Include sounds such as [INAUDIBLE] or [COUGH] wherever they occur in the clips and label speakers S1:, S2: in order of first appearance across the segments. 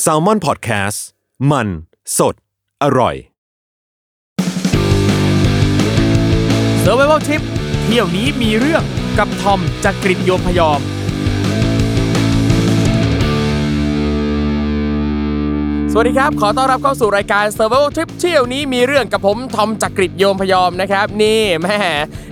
S1: แซลมอนพอดแคสต์มันสดอร่อย
S2: s u r v i v a l Trip เที่ยวนี้มีเรื่องกับทอมจากกรีฑโยมพยอม สวัสดีครับ ขอต้อนรับเข้าสู่รายการ s u r v i v a l Trip เที่ยวนี้มีเรื่องกับผมทอมจากกรีฑโยมพยอมนะครับ นี่แม่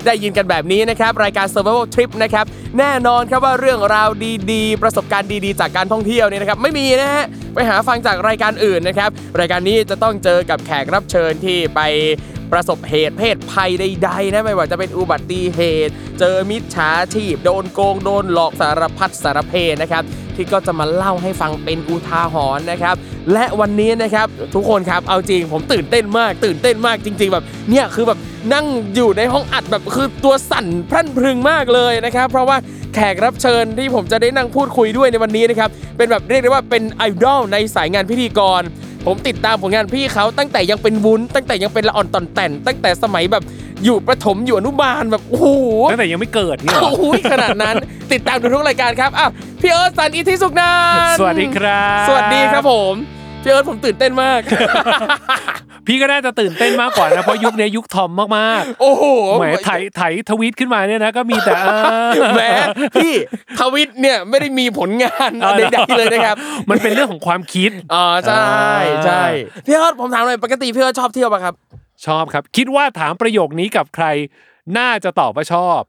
S2: ได้ยินกันแบบนี้นะครับ รายการ s u r v i v a l Trip นะครับแน่นอนครับว่าเรื่องราวดีๆ ประสบการณ์ดีๆ จากการท่องเที่ยวเนี่ยนะครับไม่มีนะฮะไปหาฟังจากรายการอื่นนะครับรายการนี้จะต้องเจอกับแขกรับเชิญที่ไป ประสบเหตุเพศภัยใดๆนะไม่ว่าจะเป็นอุบัติเหตุ เจอมิจฉาชีพ โดนโกง โดนหลอกสารพัดสารเพนะครับ ที่ก็จะมาเล่าให้ฟังเป็นอุทาหรณ์นะครับ และวันนี้นะครับทุกคนครับเอาจริงผมตื่นเต้นมาก ตื่นเต้นมากจริง ๆ แบบเนี่ยคือแบบนั่งอยู่ในห้องอัดแบบคือตัวสั่นพรั่นพรึงมากเลยนะครับ เพราะว่าแขกรับเชิญที่ผมจะได้นั่งพูดคุยด้วยในวันนี้นะครับเป็นแบบเรียกได้ว่าเป็นไอดอลในสายงานพิธีกร ผมติดตามผลงานพี่เขาตั้งแต่ยังเป็นวุ้น ตั้งแต่ยังเป็นละอ่อนตอนแต่น ตั้งแต่สมัยแบบอยู่ประถมอยู่อนุบาลแบบโอ้โห
S3: ตั้งแต่ยังไม่เกิดเนี่ยเหรอ
S2: โอ้โหขนาดนั้น ติดตามดูทุกรายการครับอ่ะพี่เอิร์ธสันอิทธิสุขนันท์
S3: สวัสดีครับ
S2: สวัสดีครับผมพี่เอิร์ธผมตื่นเต้นมาก [LAUGHS]
S3: พี่ก็น่าจะตื่นเต้นมากกว่านะ เพราะยุคเนี้ยยุคทอมมาก
S2: โอ้โห
S3: ๆแหมไถไถทวีตขึ้นมาเนี่ยนะก็มีแต่เออ
S2: แหมพี่ทวิตเนี่ยไม่ได้มีผล
S3: [LAUGHS]
S2: งาน
S3: อา
S2: ใดๆเลยนะครับ
S3: มันเป็นเรื่องของความคิด
S2: อ๋อใช่ใช่
S3: อ่า
S2: พี่เอิร์ธผมถามหน่อยปกติพี่เอิร์ธชอบเที่ยวปะครับ
S3: ชอบครับ คิดว่าถามประโยคนี้กับใคร น่าจะตอบว่าชอบ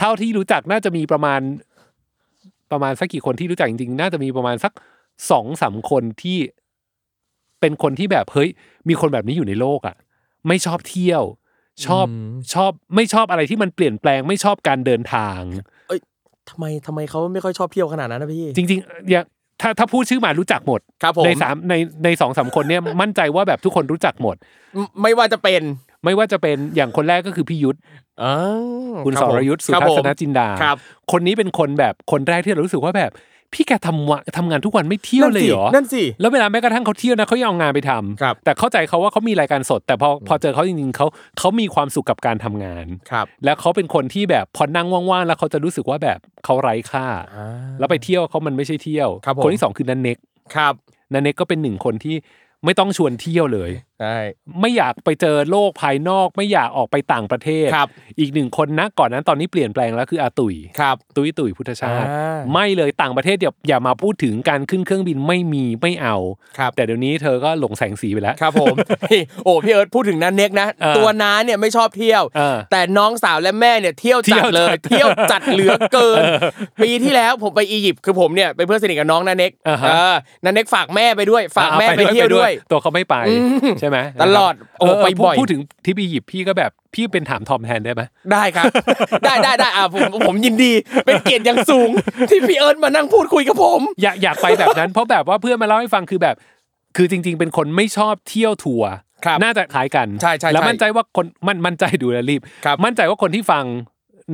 S3: เท่าที่รู้จักน่าจะมีประมาณ ประมาณสักกี่คนที่รู้จักจริงๆ น่าจะมีประมาณสักสองสามคนที่เป็นคนที่แบบเฮ้ยมีคนแบบนี้อยู่ในโลกอ่ะ ไม่ชอบเที่ยว ชอบชอบไม่ชอบอะไรที่มันเปลี่ยนแปลงไม่ชอบการเดินทาง
S2: ทำไมทำไมเขาไม่ค่อยชอบเที่ยวขนาดนั้นนะพี่
S3: จริงๆอย่างถ้าถ้าพูดชื่อมารู้จักหมด
S2: ครับผม
S3: ในสามในในสองสามคนเนี่ย มั่นใจว่าแบบทุกคนรู้จักหมด
S2: มไม่ว่าจะเป็น
S3: ไม่ว่าจะเป็นอย่างคนแรกก็คือพี่ยุทธ คุณ
S2: รับ
S3: ส
S2: ผม
S3: รยุทธ์สุ
S2: ครับ
S3: ทั
S2: ผม
S3: ศนจินดา
S2: ครับ
S3: คนนี้เป็นคนแบบคนแรกที่เรารู้สึกว่าแบบ พี่แกทำวะทำงานทุกวันไม่เที่ยวเลยเหรอ
S2: นั่นสิ
S3: แล้วเวลาแม้กระทั่งเขาเที่ยวนะเขายังเอางานไปทำ
S2: ครับ
S3: แต่เข้าใจเขาว่าเขามีรายการสด แต่พอพอเจอเขาจริงๆเขาเขามีความสุขกับการทำงาน
S2: ครับ
S3: แล้วเขาเป็นคนที่แบบพอนั่งว่างๆแล้วเขาจะรู้สึกว่าแบบเขาไร้ค่า
S2: อ่า
S3: แล้วไปเที่ยวเขามันไม่ใช่เที่ยว
S2: ครับผม
S3: คนที่สองคือนันเน็ก
S2: ครับ
S3: นันเน็กก็เป็นหนึ่งคนที่ไม่ต้องชวนเที่ยวเลย
S2: ใช่
S3: ไม่อยากไปเจอโลกภายนอก ไม่อยากออกไปต่างประเทศ
S2: ครับ
S3: อีกหนึ่งคนนะก่อนนั้นตอนนี้เปลี่ยนแปลงแล้วคืออาตุย
S2: ครับ
S3: ตุยตุยพุทธชาติ
S2: อ่า
S3: ไม่เลยต่างประเทศอย่าอย่ามาพูดถึงการขึ้นเครื่องบินไม่มีไม่เอา
S2: ครับ
S3: แต่เดี๋ยวนี้เธอก็หลงแสงสีไปแล้ว
S2: ครับ
S3: [LAUGHS]
S2: ผม โอ้พี่เอิร์ธพูดถึงนันเน็กนะ
S3: เออ
S2: ตัวน้าเนี่ยไม่ชอบเที่ยว
S3: เออ
S2: แต่น้องสาวและแม่เนี่ยเที่ยวจัดเลย
S3: [LAUGHS] เที่
S2: เที่ย
S3: ยว วจั
S2: จั
S3: ด
S2: ดเหลือเกิน ปีที่แล้วผมไปอียิปต์คือผมเนี่ยเป็นเพื่อนสนิทกับน้องนันเน็ก
S3: อ่าฮะ
S2: เออนันเน็กฝากแม่ไปด้วย ฝากแม่
S3: อ่ะ
S2: ไปเที่ยวด้วย
S3: ตัวเขาไม่ไป
S2: อืม
S3: ใช่ไหม
S2: ตลอดโอ้
S3: เ
S2: ไปบ่อย
S3: พูดถึงที่ไปหยิบพี่ก็แบบพี่เป็นถามทอมแทนได้ไหม
S2: ได้
S3: [LAUGHS]
S2: ครับ ได้ได้ได้อ่าผมผมยินดี เป็นเกียรติอย่างสูง ที่พี่เอิร์ธมานั่งพูดคุยกับผม
S3: อยากอยากไปแบบนั้น เพราะแบบว่าเพื่อนมาเล่าให้ฟังคือแบบ คือจริง ๆ เป็นคนไม่ชอบเที่ยวทัวร์
S2: ครับ
S3: น่าจะคล้ายกัน
S2: ใช่ใช่ใช่
S3: แล้วมั่นใจว่าคนมันมั่นใจดูแลรีบ
S2: ครับ
S3: มั่นใจว่าคนที่ฟัง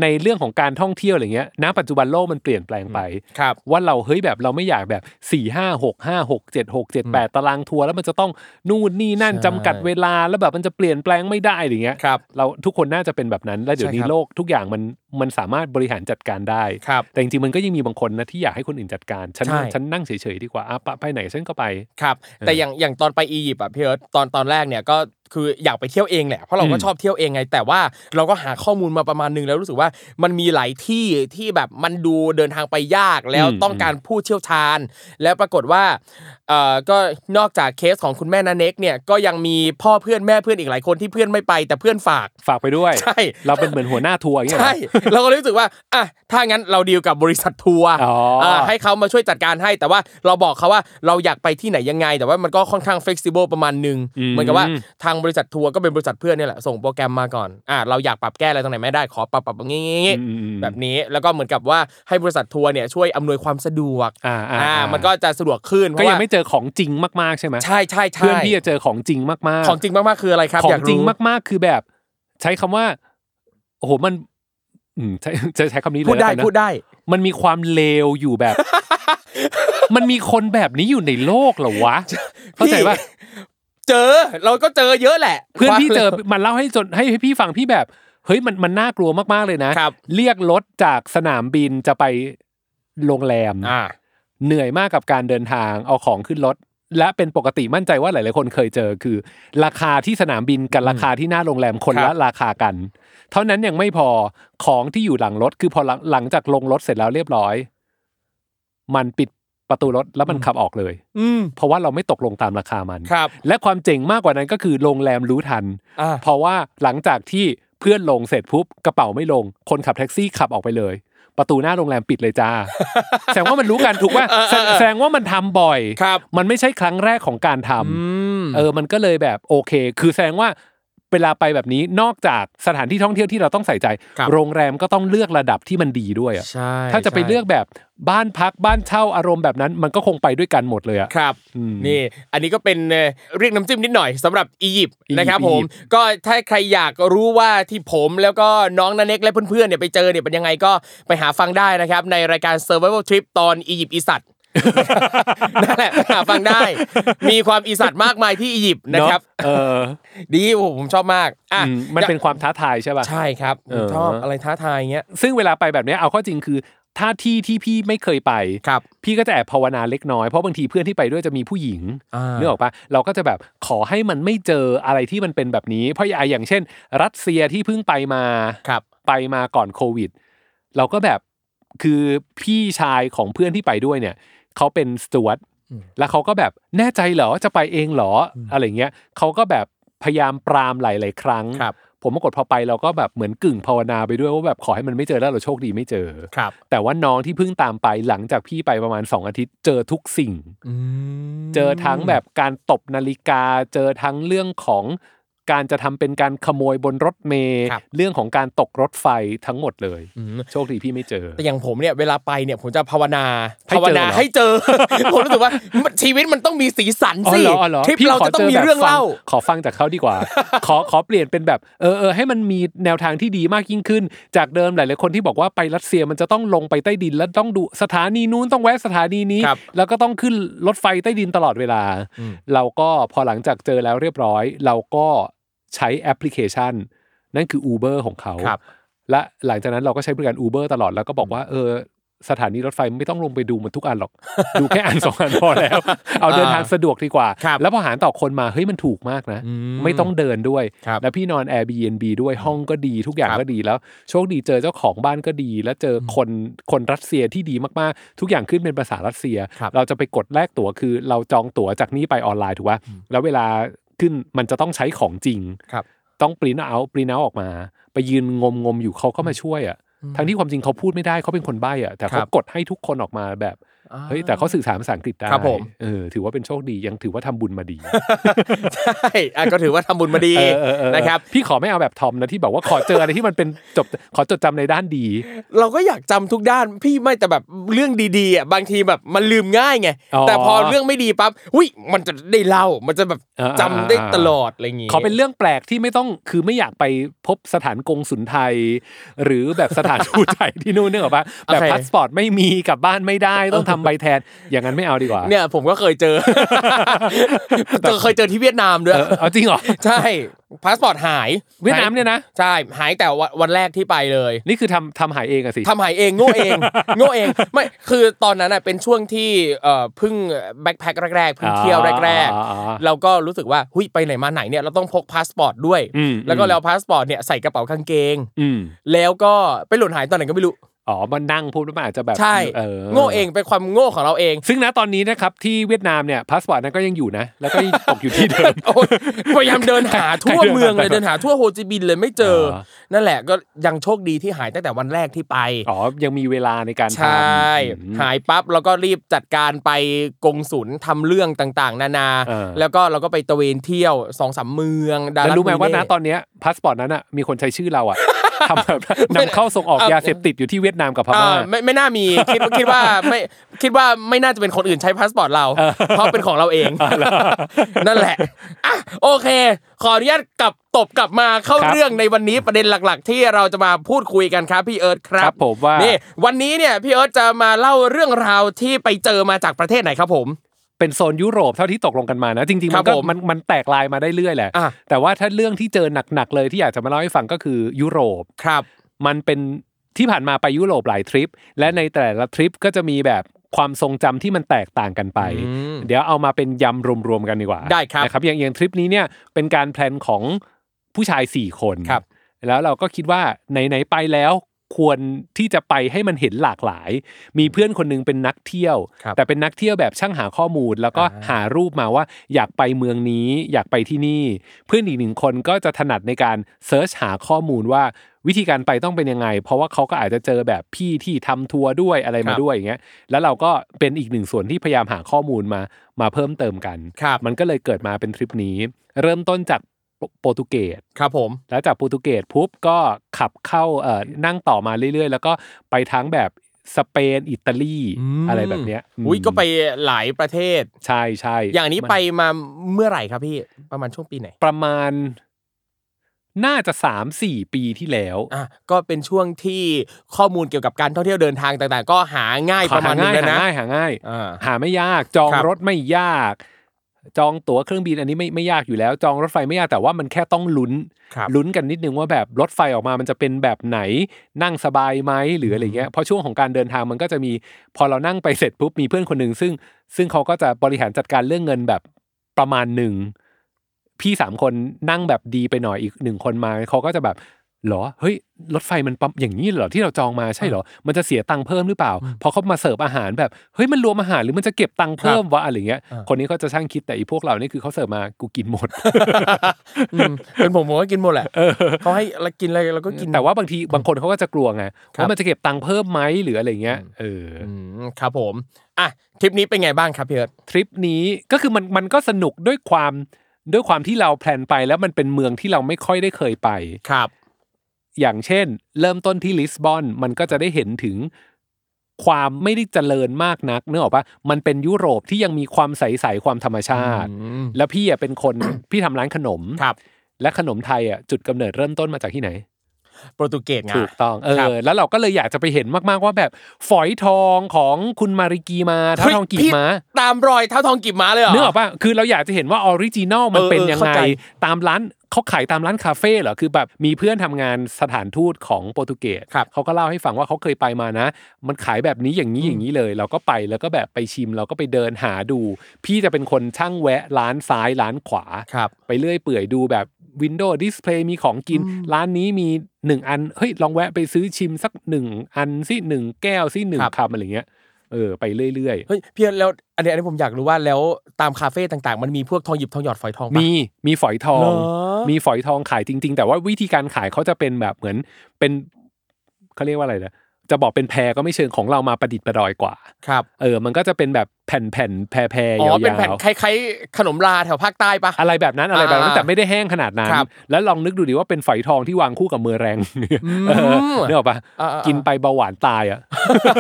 S3: ในเรื่องของการท่องเที่ยวอะไรเงี้ยณปัจจุบันโลกมันเปลี่ยนแปลงไป
S2: ครับ
S3: ว่าเราเฮ้ยแบบเราไม่อยากแบบ4ี่ห้าหกห้าหกเจ็ดหกเจ็ดแปดตารางทัวร์แล้วมันจะต้องนู่นนี่นั่นจำกัดเวลาแล้วแบบมันจะเปลี่ยนแปลงไม่ได้อะไรเงี้ย
S2: ครับ
S3: เราทุกคนน่าจะเป็นแบบนั้น และเดี๋ยวนี้
S2: ใช่ครับ
S3: โลกทุกอย่างมันมันสามารถบริหารจัดการได้
S2: ครับ
S3: แต่จริงๆมันก็ยังมีบางคนนะที่อยากให้คนอื่นจัดการฉัน
S2: ใช่
S3: ฉันนั่งเฉยๆดีกว่าอ่ะปะไปไหนฉันก็ไป
S2: ครับแต่อย่างอย่างตอนไปอียิปต์อ่ะพี่เอิร์ธตอนตอนแรกเนี่ยก็คืออยากไปเที่ยวเองแหละเพราะเราก็
S3: อืม
S2: ชอบเที่ยวเองไง แต่ว่าเราก็หาข้อมูลมาประมาณนึงแล้วรู้สึกว่ามันมีหลายที่ที่แบบมันดูเดินทางไปยากแล้ว
S3: อืม
S2: ต้องการผู้เชี่ยวชาญ แล้วปรากฏว่าเอ่อก็นอกจากเคสของคุณแม่นาเน็กเนี่ยก็ยังมีพ่อเพื่อนแม่เพื่อนอีกหลายคนที่เพื่อนไม่ไปแต่เพื่อนฝาก
S3: ฝากไปด้วย
S2: ใช่
S3: เราเป็นเหมือนหัวหน้าทัวร์อย่างเงี้ยเหร
S2: ใช่
S3: อ
S2: เราก็เลยรู้สึกว่าอ่ะถ้างั้นเราดีลกับบริษัททัวร์
S3: อ๋ออ่
S2: าให้เขามาช่วยจัดการให้ แต่ว่าเราบอกเขาว่าเราอยากไปที่ไหนยังไง แต่ว่ามันก็ค่อนข้างเฟ e x ซิเบิลประมาณหนึ่งเหมือนกับว่าทาง างบริษัททัวร์ก็เป็นบริษัทเพื่อนเนี่ยแหละส่งโปรแกรมมาก่อนอ่าเราอยากปรับแก้อะไรตรงไหนไม่ได้ขอปรับปรับงี้งี้
S3: อืมอืม
S2: แบบนี้แล้วก็เหมือนกับว่าให้บริษัททัวร์เนี่ยช่วยอำนวยความสะดวก
S3: อ่าอ่า
S2: อ่า
S3: อ่า
S2: มันก็จะสะดวกขึ้นเพ
S3: ก็
S2: ราะ
S3: ยัง
S2: ว่า
S3: ไม่เจอของจริงมากๆใช่ไหม
S2: ใช่ใช่ใช่
S3: เพื่อนพี่จะเจอของจริงมากๆ
S2: ของจริงมากๆคืออะไรครับ
S3: ขอ
S2: อย
S3: ง
S2: ก
S3: จริงมากๆ คือแบบ ใช้คำว่าโอ้โหมัน อืมใช้ [LAUGHS] จะใช้คำนี้เลย
S2: พูดได้
S3: แล้วกันนะ
S2: พูดได้
S3: มันมีความเลวอยู่
S2: [LAUGHS]
S3: แบบ มันมีคนแบบนี้อยู่ในโลกเหรอวะเข้าใจป่ะ
S2: เจอเราก็เจอเยอะแหละ
S3: เพื่อนพี่เจอ
S2: ความ
S3: มันเล่าให้จนให้พี่ฟังพี่แบบ เฮ้ยมันมันน่ากลัวมากๆเลยนะครับ เรียกรถจากสนามบินจะไปโรงแรม
S2: อ่า
S3: เหนื่อยมากกับการเดินทางเอาของขึ้นรถ และเป็นปกติมั่นใจว่าหลาย ๆ คนเคยเจอคือ ราคาที่สนามบินกับราคาที่หน้าโรงแรมคน
S2: ครั
S3: ละ
S2: บ
S3: ราคากัน เท่านั้นยังไม่พอของที่อยู่หลังรถคือพอหลังหลังจากลงรถเสร็จแล้วเรียบร้อย มันปิดประตูรถแล้วมันขับออกเลย
S2: อืม
S3: เพราะว่าเราไม่ตกลงตามราคามัน
S2: ครับ
S3: และความเจ๋งมากกว่านั้นก็คือโรงแรมรู้ทัน
S2: อ่า
S3: เพราะว่าหลังจากที่เพื่อนลงเสร็จปุ๊บกระเป๋าไม่ลง คนขับแท็กซี่ขับออกไปเลย ประตูหน้าโรงแรมปิดเลยจ้า แสดงว่ามันรู้กันถูกว่าแสดงว่ามันทำบ่อย
S2: ครับ
S3: มันไม่ใช่ครั้งแรกของการทำ
S2: อืม
S3: เออมันก็เลยแบบโอเค คือแสดงว่าเวลาไปแบบนี้นอกจากสถานที่ท่องเที่ยวที่เราต้องใส่ใจ
S2: ครับ
S3: โรงแรมก็ต้องเลือกระดับที่มันดีด้วยอะ
S2: ใช่
S3: ถ้าจะไป
S2: ใช่
S3: เลือกแบบบ้านพักบ้านเช่าอารมณ์แบบนั้น มันก็คงไปด้วยกันหมดเลยอะ
S2: ครับ
S3: อืม
S2: นี่ อันนี้ก็เป็นเอ่อเรียกน้ำจิ้มนิดหน่อยสำหรับอียิปต์
S3: อียิปต์
S2: นะครับผม
S3: อียิปต์
S2: ก็ถ้าใครอยากรู้ว่าที่ผมแล้วก็น้องนันเน็กและเพื่อนๆเนี่ยไปเจอเนี่ยเป็นยังไงก็ไปหาฟังได้นะครับ ในรายการ Survival Trip ตอนอียิปต์อีสัตว์ [LAUGHS] [LAUGHS] นั่นแหละไปหาฟังได้ [LAUGHS] มีความอีสัตว์มากมายที่อียิปต์นะครับ
S3: เอะเออ
S2: ดีโอ้โหผมชอบมากอ่ะ
S3: อืมมันเป็นความท้าทายใช่ป่ะ
S2: ใช่ครับผม
S3: เออ
S2: ชอบอะไรท้าทายอย่างเงี้ย
S3: ซึ่งเวลาไปแบบเนี้ยเอาเข้อจริงคือ ถ้าที่ที่พี่ไม่เคยไป
S2: ครับ
S3: พี่ก็จะแอบภาวนาเล็กน้อยเพราะบางทีเพื่อนที่ไปด้วยจะมีผู้หญิง
S2: อ่า
S3: เนื้อออกปะเราก็จะแบบขอให้มันไม่เจออะไรที่มันเป็นแบบนี้ เพราะอย่างอย่างเช่น รัสเซียที่เพิ่งไปมา
S2: ครับ
S3: ไปมาก่อนโควิด เราก็แบบคือพี่ชายของเพื่อนที่ไปด้วยเนี่ยเขาเป็นสจวต
S2: อืม
S3: แล้วเขาก็แบบแน่ใจเหรอจะไปเองเหรออะไรเงี้ยเขาก็แบบพยายามปรามหลาย ๆ ครั้ง
S2: ครับ
S3: ผมปรากฏพอไปเราก็แบบเหมือนกึ่งภาวนาไปด้วยว่าแบบขอให้มันไม่เจอแล้วเราโชคดีไม่เจอ
S2: ครับ
S3: แต่ว่าน้องที่เพิ่งตามไปหลังจากพี่ไปประมาณ 2 อาทิตย์เจอทุกสิ่ง เจอทั้งแบบการตบนาฬิกา เจอทั้งเรื่องของการจะทำเป็นการขโมยบนรถเมล์
S2: ครับ
S3: เรื่องของการตกรถไฟทั้งหมดเลย
S2: อืม
S3: โชคดีพี่ไม่เจอ
S2: แต่อย่างผมเนี่ยเวลาไปเนี่ยผมจะภาวนา
S3: ให้
S2: ภาว
S3: เจอ
S2: นา
S3: เหรอ
S2: ให้เจอ [LAUGHS] ผมรู้สึกว่ามันชีวิตมันต้องมีสีสัน
S3: อ๋อ
S2: สิ
S3: เหรออ๋อเหรอ
S2: ทริป
S3: พี่
S2: เรา
S3: ข
S2: จะต้องมี
S3: แบบ
S2: เรื่อง
S3: ฟั
S2: เล่า
S3: ขอฟังจากเขาดีกว่า [LAUGHS] ขอขอเปลี่ยนเป็นแบบเออเออให้มันมีแนวทางที่ดีมากยิ่งขึ้น จากเดิมหลายๆคนที่บอกว่าไปรัสเซียมันจะต้องลงไปใต้ดิน แล้วต้องดูสถานีนู้นต้องแวะสถานีนี้
S2: ครับ
S3: แล้วก็ต้องขึ้นรถไฟใต้ดินตลอดเวลา
S2: อืม
S3: เราก็พอหลังจากเจอแล้วเรียบร้อย เราก็ใช้แอปพลิเคชัน นั่นคือ Uber ของเขา
S2: ครับ
S3: และหลังจากนั้นเราก็ใช้บริการ Uber ตลอดแล้วก็บอกว่าเออสถานีรถไฟไม่ต้องลงไปดูมันทุกอันหรอก ดูแค่อันสองอันพอแล้ว เอาเดินทางสะดวกดีกว่า
S2: ครับ
S3: แล้วพอหารต่อคนมาเฮ้ยมันถูกมากนะ
S2: อืม
S3: ไม่ต้องเดินด้วย
S2: ครับ
S3: แล้วพี่นอน Airbnb ด้วยห้องก็ดีทุกอย่าง
S2: ครับ
S3: ก็ดีแล้ว โชคดีเจอเจ้าของบ้านก็ดี แล้วเจออคนคนรัสเซียที่ดีมากๆ ทุกอย่างขึ้นเป็นภาษารัสเซีย
S2: ครับ
S3: เราจะไปกดแลกตั๋วคือ เราจองตั๋วจากนี้ไปออนไลน์ถูกป่ะแล้วเวลาขึ้นมันจะต้องใช้ของจริง
S2: ครับ
S3: ต้องปริ้นเอาปริ้นเอาออกมา ไปยืนงมงมอยู่เขาก็มาช่วยอ่ะทั้งที่ความจริงเขาพูดไม่ได้เขาเป็นคนใบ้อ่ะแต่
S2: ค
S3: เขา
S2: รับ
S3: กดให้ทุกคนออกมาแบบ
S2: อ่า
S3: เฮ้ยแต่เขาสื่อสารภาษาอังกฤษได้
S2: ครับผม
S3: เออถือว่าเป็นโชคดียังถือว่าทำบุญมาดี
S2: ใช่อ่ะก็ถือว่าทำบุญมาดี
S3: เออเออเออ
S2: นะครับ
S3: พี่ขอไม่เอาแบบทอมนะที่บอกว่า [LAUGHS] ขอเจออะไรที่มันเป็นจบขอจดจำในด้านดี
S2: เราก็อยากจำทุกด้านพี่ไม่แต่แบบเรื่องดีๆอ่ะบางทีแบบมันลืมง่ายไง
S3: อ๋อ
S2: แต่พอเรื่องไม่ดีปั๊บอุ้ยมันจะได้เล่ามันจะแบบ
S3: เออ
S2: จำได้ตลอดอะไรอย่างงี้
S3: ขอเป็นเรื่องแปลกที่ไม่ต้องคือไม่อยากไปพบสถานกงสุนไทย หรือแบบสถานทูตไทยที่นู่นเนื่องจากว่าแบบ
S2: [LAUGHS] โอเค
S3: พาสปอร์ตไม่มีกลับบ้านไม่
S2: [LAUGHS]
S3: ได้ต้องทำใบแทน อย่างนั้นไม่เอาดีกว่า
S2: เนี่ยผมก็เคยเจอ เจอเคยเจอที่เวียดนามด้วย
S3: เออเอาจริง
S2: [LAUGHS]
S3: เหรอ
S2: ใช่พาสปอร์ตหาย
S3: เวียดนามเนี่ยนะ
S2: ใช่หายแต่วันวันแรกที่ไปเลย
S3: นี่คือทำทำหายเองอะสิ
S2: ทำหายเองโง่เอง
S3: [LAUGHS]
S2: โง่เองไม่คือตอนนั้นน่ะเป็นช่วงที่เอ่อเพิ่งแบ็คแพคแรกๆเพิ่งเที่ยวแรก
S3: อ่าอ่าอ่า
S2: ๆเราก็รู้สึกว่าหุยไปไหนมาไหนเนี่ยเราต้องพกพาสปอร์ตด้วย
S3: อืม
S2: แล้วก็
S3: อืม
S2: แล้วพาสปอร์ตเนี่ยใส่กระเป๋ากางเกง
S3: อืม
S2: แล้วก็ไปหล่นหายตอนไหนก็ไม่รู้
S3: อ๋อมันนั่งพูดแล้วมันอาจจะแบบ
S2: ใช่
S3: เออ
S2: โง่เองเป็นความโง่ของเราเอง [LAUGHS]
S3: ซึ่งนะตอนนี้นะครับที่เวียดนามเนี่ยพาสปอร์ตนั้นก็ยังอยู่นะ แล้วก็ยังตกอยู่ที่เดิม
S2: โอ้ยพยายามเดินหาทั่วเมืองเลยเดินหาทั่วโฮจิมินห์เลยไม่เจออ
S3: อ
S2: นั่นแหละก็ยังโชคดีที่หายตั้งแต่วันแรกที่ไป
S3: อ๋อยังมีเวลาในการทำ
S2: ใช่
S3: อืม
S2: หายปั๊บเราก็รีบจัดการไปกงศุลทำเรื่องต่างๆ นานา
S3: เออ
S2: แล้วก็เราก็ไปตระเวนเที่ยวสองสามเมืองดา
S3: แล้ว
S2: รัฐ
S3: รู้ไหมว่า
S2: เ
S3: นะตอนเนี้ยพาสปอร์ตนั้นอ่ะมีคนใช้ชื่อเราอ่ะ ทำแบบนำเข้าส่งออก
S2: เอ่อ
S3: ยาเสพติดอยู่ที่เวียดนามกับพ
S2: เอ่
S3: ม่า
S2: อไม่ไม่น่ามีคิดคิดว่าไม่คิดว่าไม่น่าจะเป็นคนอื่นใช้พาสปอร์ตเรา เพราะเป็นของเราเอง นั่นแหละอ่ะโอเค ขออนุญาตกลับตบกลับมาเข้า
S3: ครับ
S2: เรื่องในวันนี้ประเด็นหลัก ๆ ที่เราจะมาพูดคุยกันครับพี่เอิร์ธครับ
S3: ครับผมว่า
S2: นี่วันนี้เนี่ยพี่เอิร์ธจะมาเล่าเรื่องราวที่ไปเจอมาจากประเทศไหนครับผม
S3: เป็นโซนยุโรปเท่าที่ตกลงกันมานะ จริงๆ
S2: ครั
S3: มั
S2: บ
S3: นก็
S2: ผม
S3: มันมันแตกลายมาได้เรื่อยแหละ
S2: อ่ะ
S3: แต่ว่าถ้าเรื่องที่เจอหนักๆเลยที่อยากจะมาเล่าให้ฟังก็คือยุโรป
S2: ครับ
S3: มันเป็นที่ผ่านมาไปยุโรปหลายทริป และในแต่ละทริปก็จะมีแบบความทรงจำที่มันแตกต่างกันไป
S2: อืม
S3: เดี๋ยวเอามาเป็นยำรวมๆกันดีกว่า
S2: ได้ครับ
S3: นะครับอย่างอย่างทริปนี้เนี่ยเป็นการแพลนของผู้ชาย 4 คน
S2: ครับ
S3: แล้วเราก็คิดว่าไหนๆไปแล้วควรที่จะไปให้มันเห็นหลากหลาย มีเพื่อนคนหนึงเป็นนักเที่ยว
S2: ครับ
S3: แต่เป็นนักเที่ยวแบบช่างหาข้อมูล แล้วก็
S2: อ่า
S3: หารูปมาว่าอยากไปเมืองนี้อยากไปที่นี่ เพื่อนอีกหนึ่งคนก็จะถนัดในการเซิร์ชหาข้อมูลว่าวิธีการไปต้องเป็นยังไง เพราะว่าเขาก็อาจจะเจอแบบพี่ที่ทำทัวร์ด้วยอะไร
S2: ครั
S3: มา
S2: บ
S3: ด้วยอย่างเงี้ยแล้วเราก็เป็นอีกหนึ่งส่วนที่พยายามหาข้อมูลมามาเพิ่มเติมกัน
S2: ครับ
S3: มันก็เลยเกิดมาเป็นทริปนี้ เริ่มต้นจากโปโปรตุเกส
S2: ครับผม
S3: แล้วจากโปรตุเกสปุ๊บก็ขับเข้าเอ่อนั่งต่อมาเรื่อยๆ แล้วก็ไปทั้งแบบสเปนอิตาลี
S2: อืม
S3: อะไรแบบเนี้ยม
S2: อุ้ยก็ไปหลายประเทศ
S3: ใช่ใช่
S2: อย่างนี้
S3: มั
S2: ไปมาเมื่อไหร่ครับพี่ประมาณช่วงปีไหน
S3: ประมาณน่าจะสามสี่ปีที่แล้ว
S2: อ่ะก็เป็นช่วงที่ข้อมูลเกี่ยวกับการท่องเที่ยวเดินทางต่างๆ ก็หาง่ายประมาณนึ
S3: หาง
S2: แล้วนะ
S3: หาง่ายหาง่าย
S2: อ่า
S3: หาไม่ยากจอง
S2: ครับ
S3: รถไม่ยาก จองตั๋วเครื่องบินอันนี้ไม่ไม่ยากอยู่แล้ว จองรถไฟไม่ยากแต่ว่ามันแค่ต้องลุ้น
S2: ครับ
S3: ลุ้นกันนิดนึงว่าแบบรถไฟออกมามันจะเป็นแบบไหนนั่งสบายไหมหรืออะไรเงี้ยเพราะช่วงของการเดินทางมันก็จะมี พอเรานั่งไปเสร็จปุ๊บมีเพื่อนคนหนึ่งซึ่ง ซึ่งเขาก็จะบริหารจัดการเรื่องเงินแบบประมาณหนึ่งพี่สามคนนั่งแบบดีไปหน่อยอีกหนึ่งคนมาเขาก็จะแบบ เหรอเฮ้ยรถไฟมันปั๊มอย่างนี้เหรอที่เราจองมาใช่เหรอมันจะเสียตังค์เพิ่มหรือเปล่า พอเขามาเสิร์ฟอาหารแบบเฮ้ยมันรวมอาหารหรือมันจะเก็บตังค์เพิ่มวะอะไรเงี้ย
S2: อ่า
S3: คนนี้เขาจะช่างคิดแต่อีพวกเรานี่คือเขาเสิร์ฟมากูกินหมด
S2: [LAUGHS] อืมเป็นผมผมก็กินหมดแหละเขาให้เรากินอะไรเราก็กิน
S3: แต่ว่าบางทีบางคนเขาก็จะกลัวไง
S2: ครับ
S3: ว่ามันจะเก็บตังค์เพิ่มไหมหรืออะไรเงี้ยเอออ
S2: อืมครับผมอ่ะทริปนี้เป็นไงบ้างครับพี่เอิร์ธ
S3: ทริปนี้ก็คือมันมันก็สนุกด้วยความด้วยความที่เราแพลนไปแล้วมันเป็นเมืองที่เราไม่ค่อยได้เคยไป
S2: ครับ
S3: อย่างเช่น เริ่มต้นที่ลิสบอนมันก็จะได้เห็นถึงความไม่ได้เจริญมากนักนึกออกปะมันเป็นยุโรปที่ยังมีความใสๆความธรรมชาติ
S2: อืม
S3: แล้วพี่อ่ะเป็นคน [COUGHS] พี่ทำร้านขนม
S2: ครับ
S3: และขนมไทยอ่ะจุดกำเนิดเริ่มต้นมาจากที่ไหน
S2: โปรตุเกสไง
S3: ถูกต้องเอ
S2: ครับ
S3: อแล้วเราก็เลยอยากจะไปเห็นมากๆว่าแบบฝอยทองของคุณมาริกีมา
S2: เฮ้
S3: ท้าวย ทองกี
S2: พี่
S3: มา
S2: ตามรอยเท้าทองกิบม้าเลยเหรอ
S3: เนื้อออกป่ะคือเราอยากจะเห็นว่าออริจินอลมัน
S2: เออ
S3: เป็นยัง
S2: เข้า
S3: ไง
S2: ใจ
S3: ตามร้านเขาขายตามร้านคาเฟ่เหรอ คือแบบมีเพื่อนทำงานสถานทูตของโปรตุเกส
S2: ครับ
S3: เขาก็เล่าให้ฟังว่าเขาเคยไปมานะ มันขายแบบนี้อย่างนี้อย่างนี้เลย เราก็ไปแล้วก็แบบไปชิม เราก็ไปเดินหาดู พี่จะเป็นคนช่างแวะร้านซ้ายร้านขวา
S2: ครับ
S3: ไปเรื่อยเปื่อยดูแบบวินโดว์ดิสเพลย์มีของกิน ร้านนี้มีหนึ่งอัน เฮ้ยลองแวะไปซื้อชิมสักหนึ่งอันสิหนึ่งแก้วสิหนึ่งคำอะไรเงี้ย เออไปเรื่อยๆ
S2: เฮ้ยพี่เอิร์ธแล้วอันนี้อันนี้ผมอยากรู้ว่าแล้วตามคาเฟ่ต่างๆ มันมีพวกทองหยิบทองหยอดฝอยทองปะ
S3: มีมีฝอยทอง
S2: เหรอ
S3: มีฝอยทองขายจริง ๆ แต่ว่าวิธีการขายเขาจะเป็นแบบเหมือนเป็นเขาเรียกว่าอะไรนะจะบอกเป็นแพรก็ไม่เชิงของเรามาประดิษฐ์ประดอยกว่า
S2: ครับ
S3: เออ มันก็จะเป็นแบบแผ่นแผ่นๆแพรแพร
S2: อ๋
S3: ยา
S2: อ
S3: ว
S2: เป็นแผ่นคล้ายๆขนมลาแถวภาคใต้ปะ
S3: ๆ [LAUGHS] อะไรแบบนั้นอะไรแบบนั้น
S2: อ่า
S3: แต่ไม่ได้แห้งขนาดนั้น
S2: ครับ
S3: แล้วลองนึกดูดิว่าเป็นฝอยทองที่วางคู่กับมือแรง
S2: ม
S3: เออ [LAUGHS] นี่ยหรอกปะ
S2: อ่าๆ
S3: กินไปเบาหวานตายอ่ะ [LAUGHS]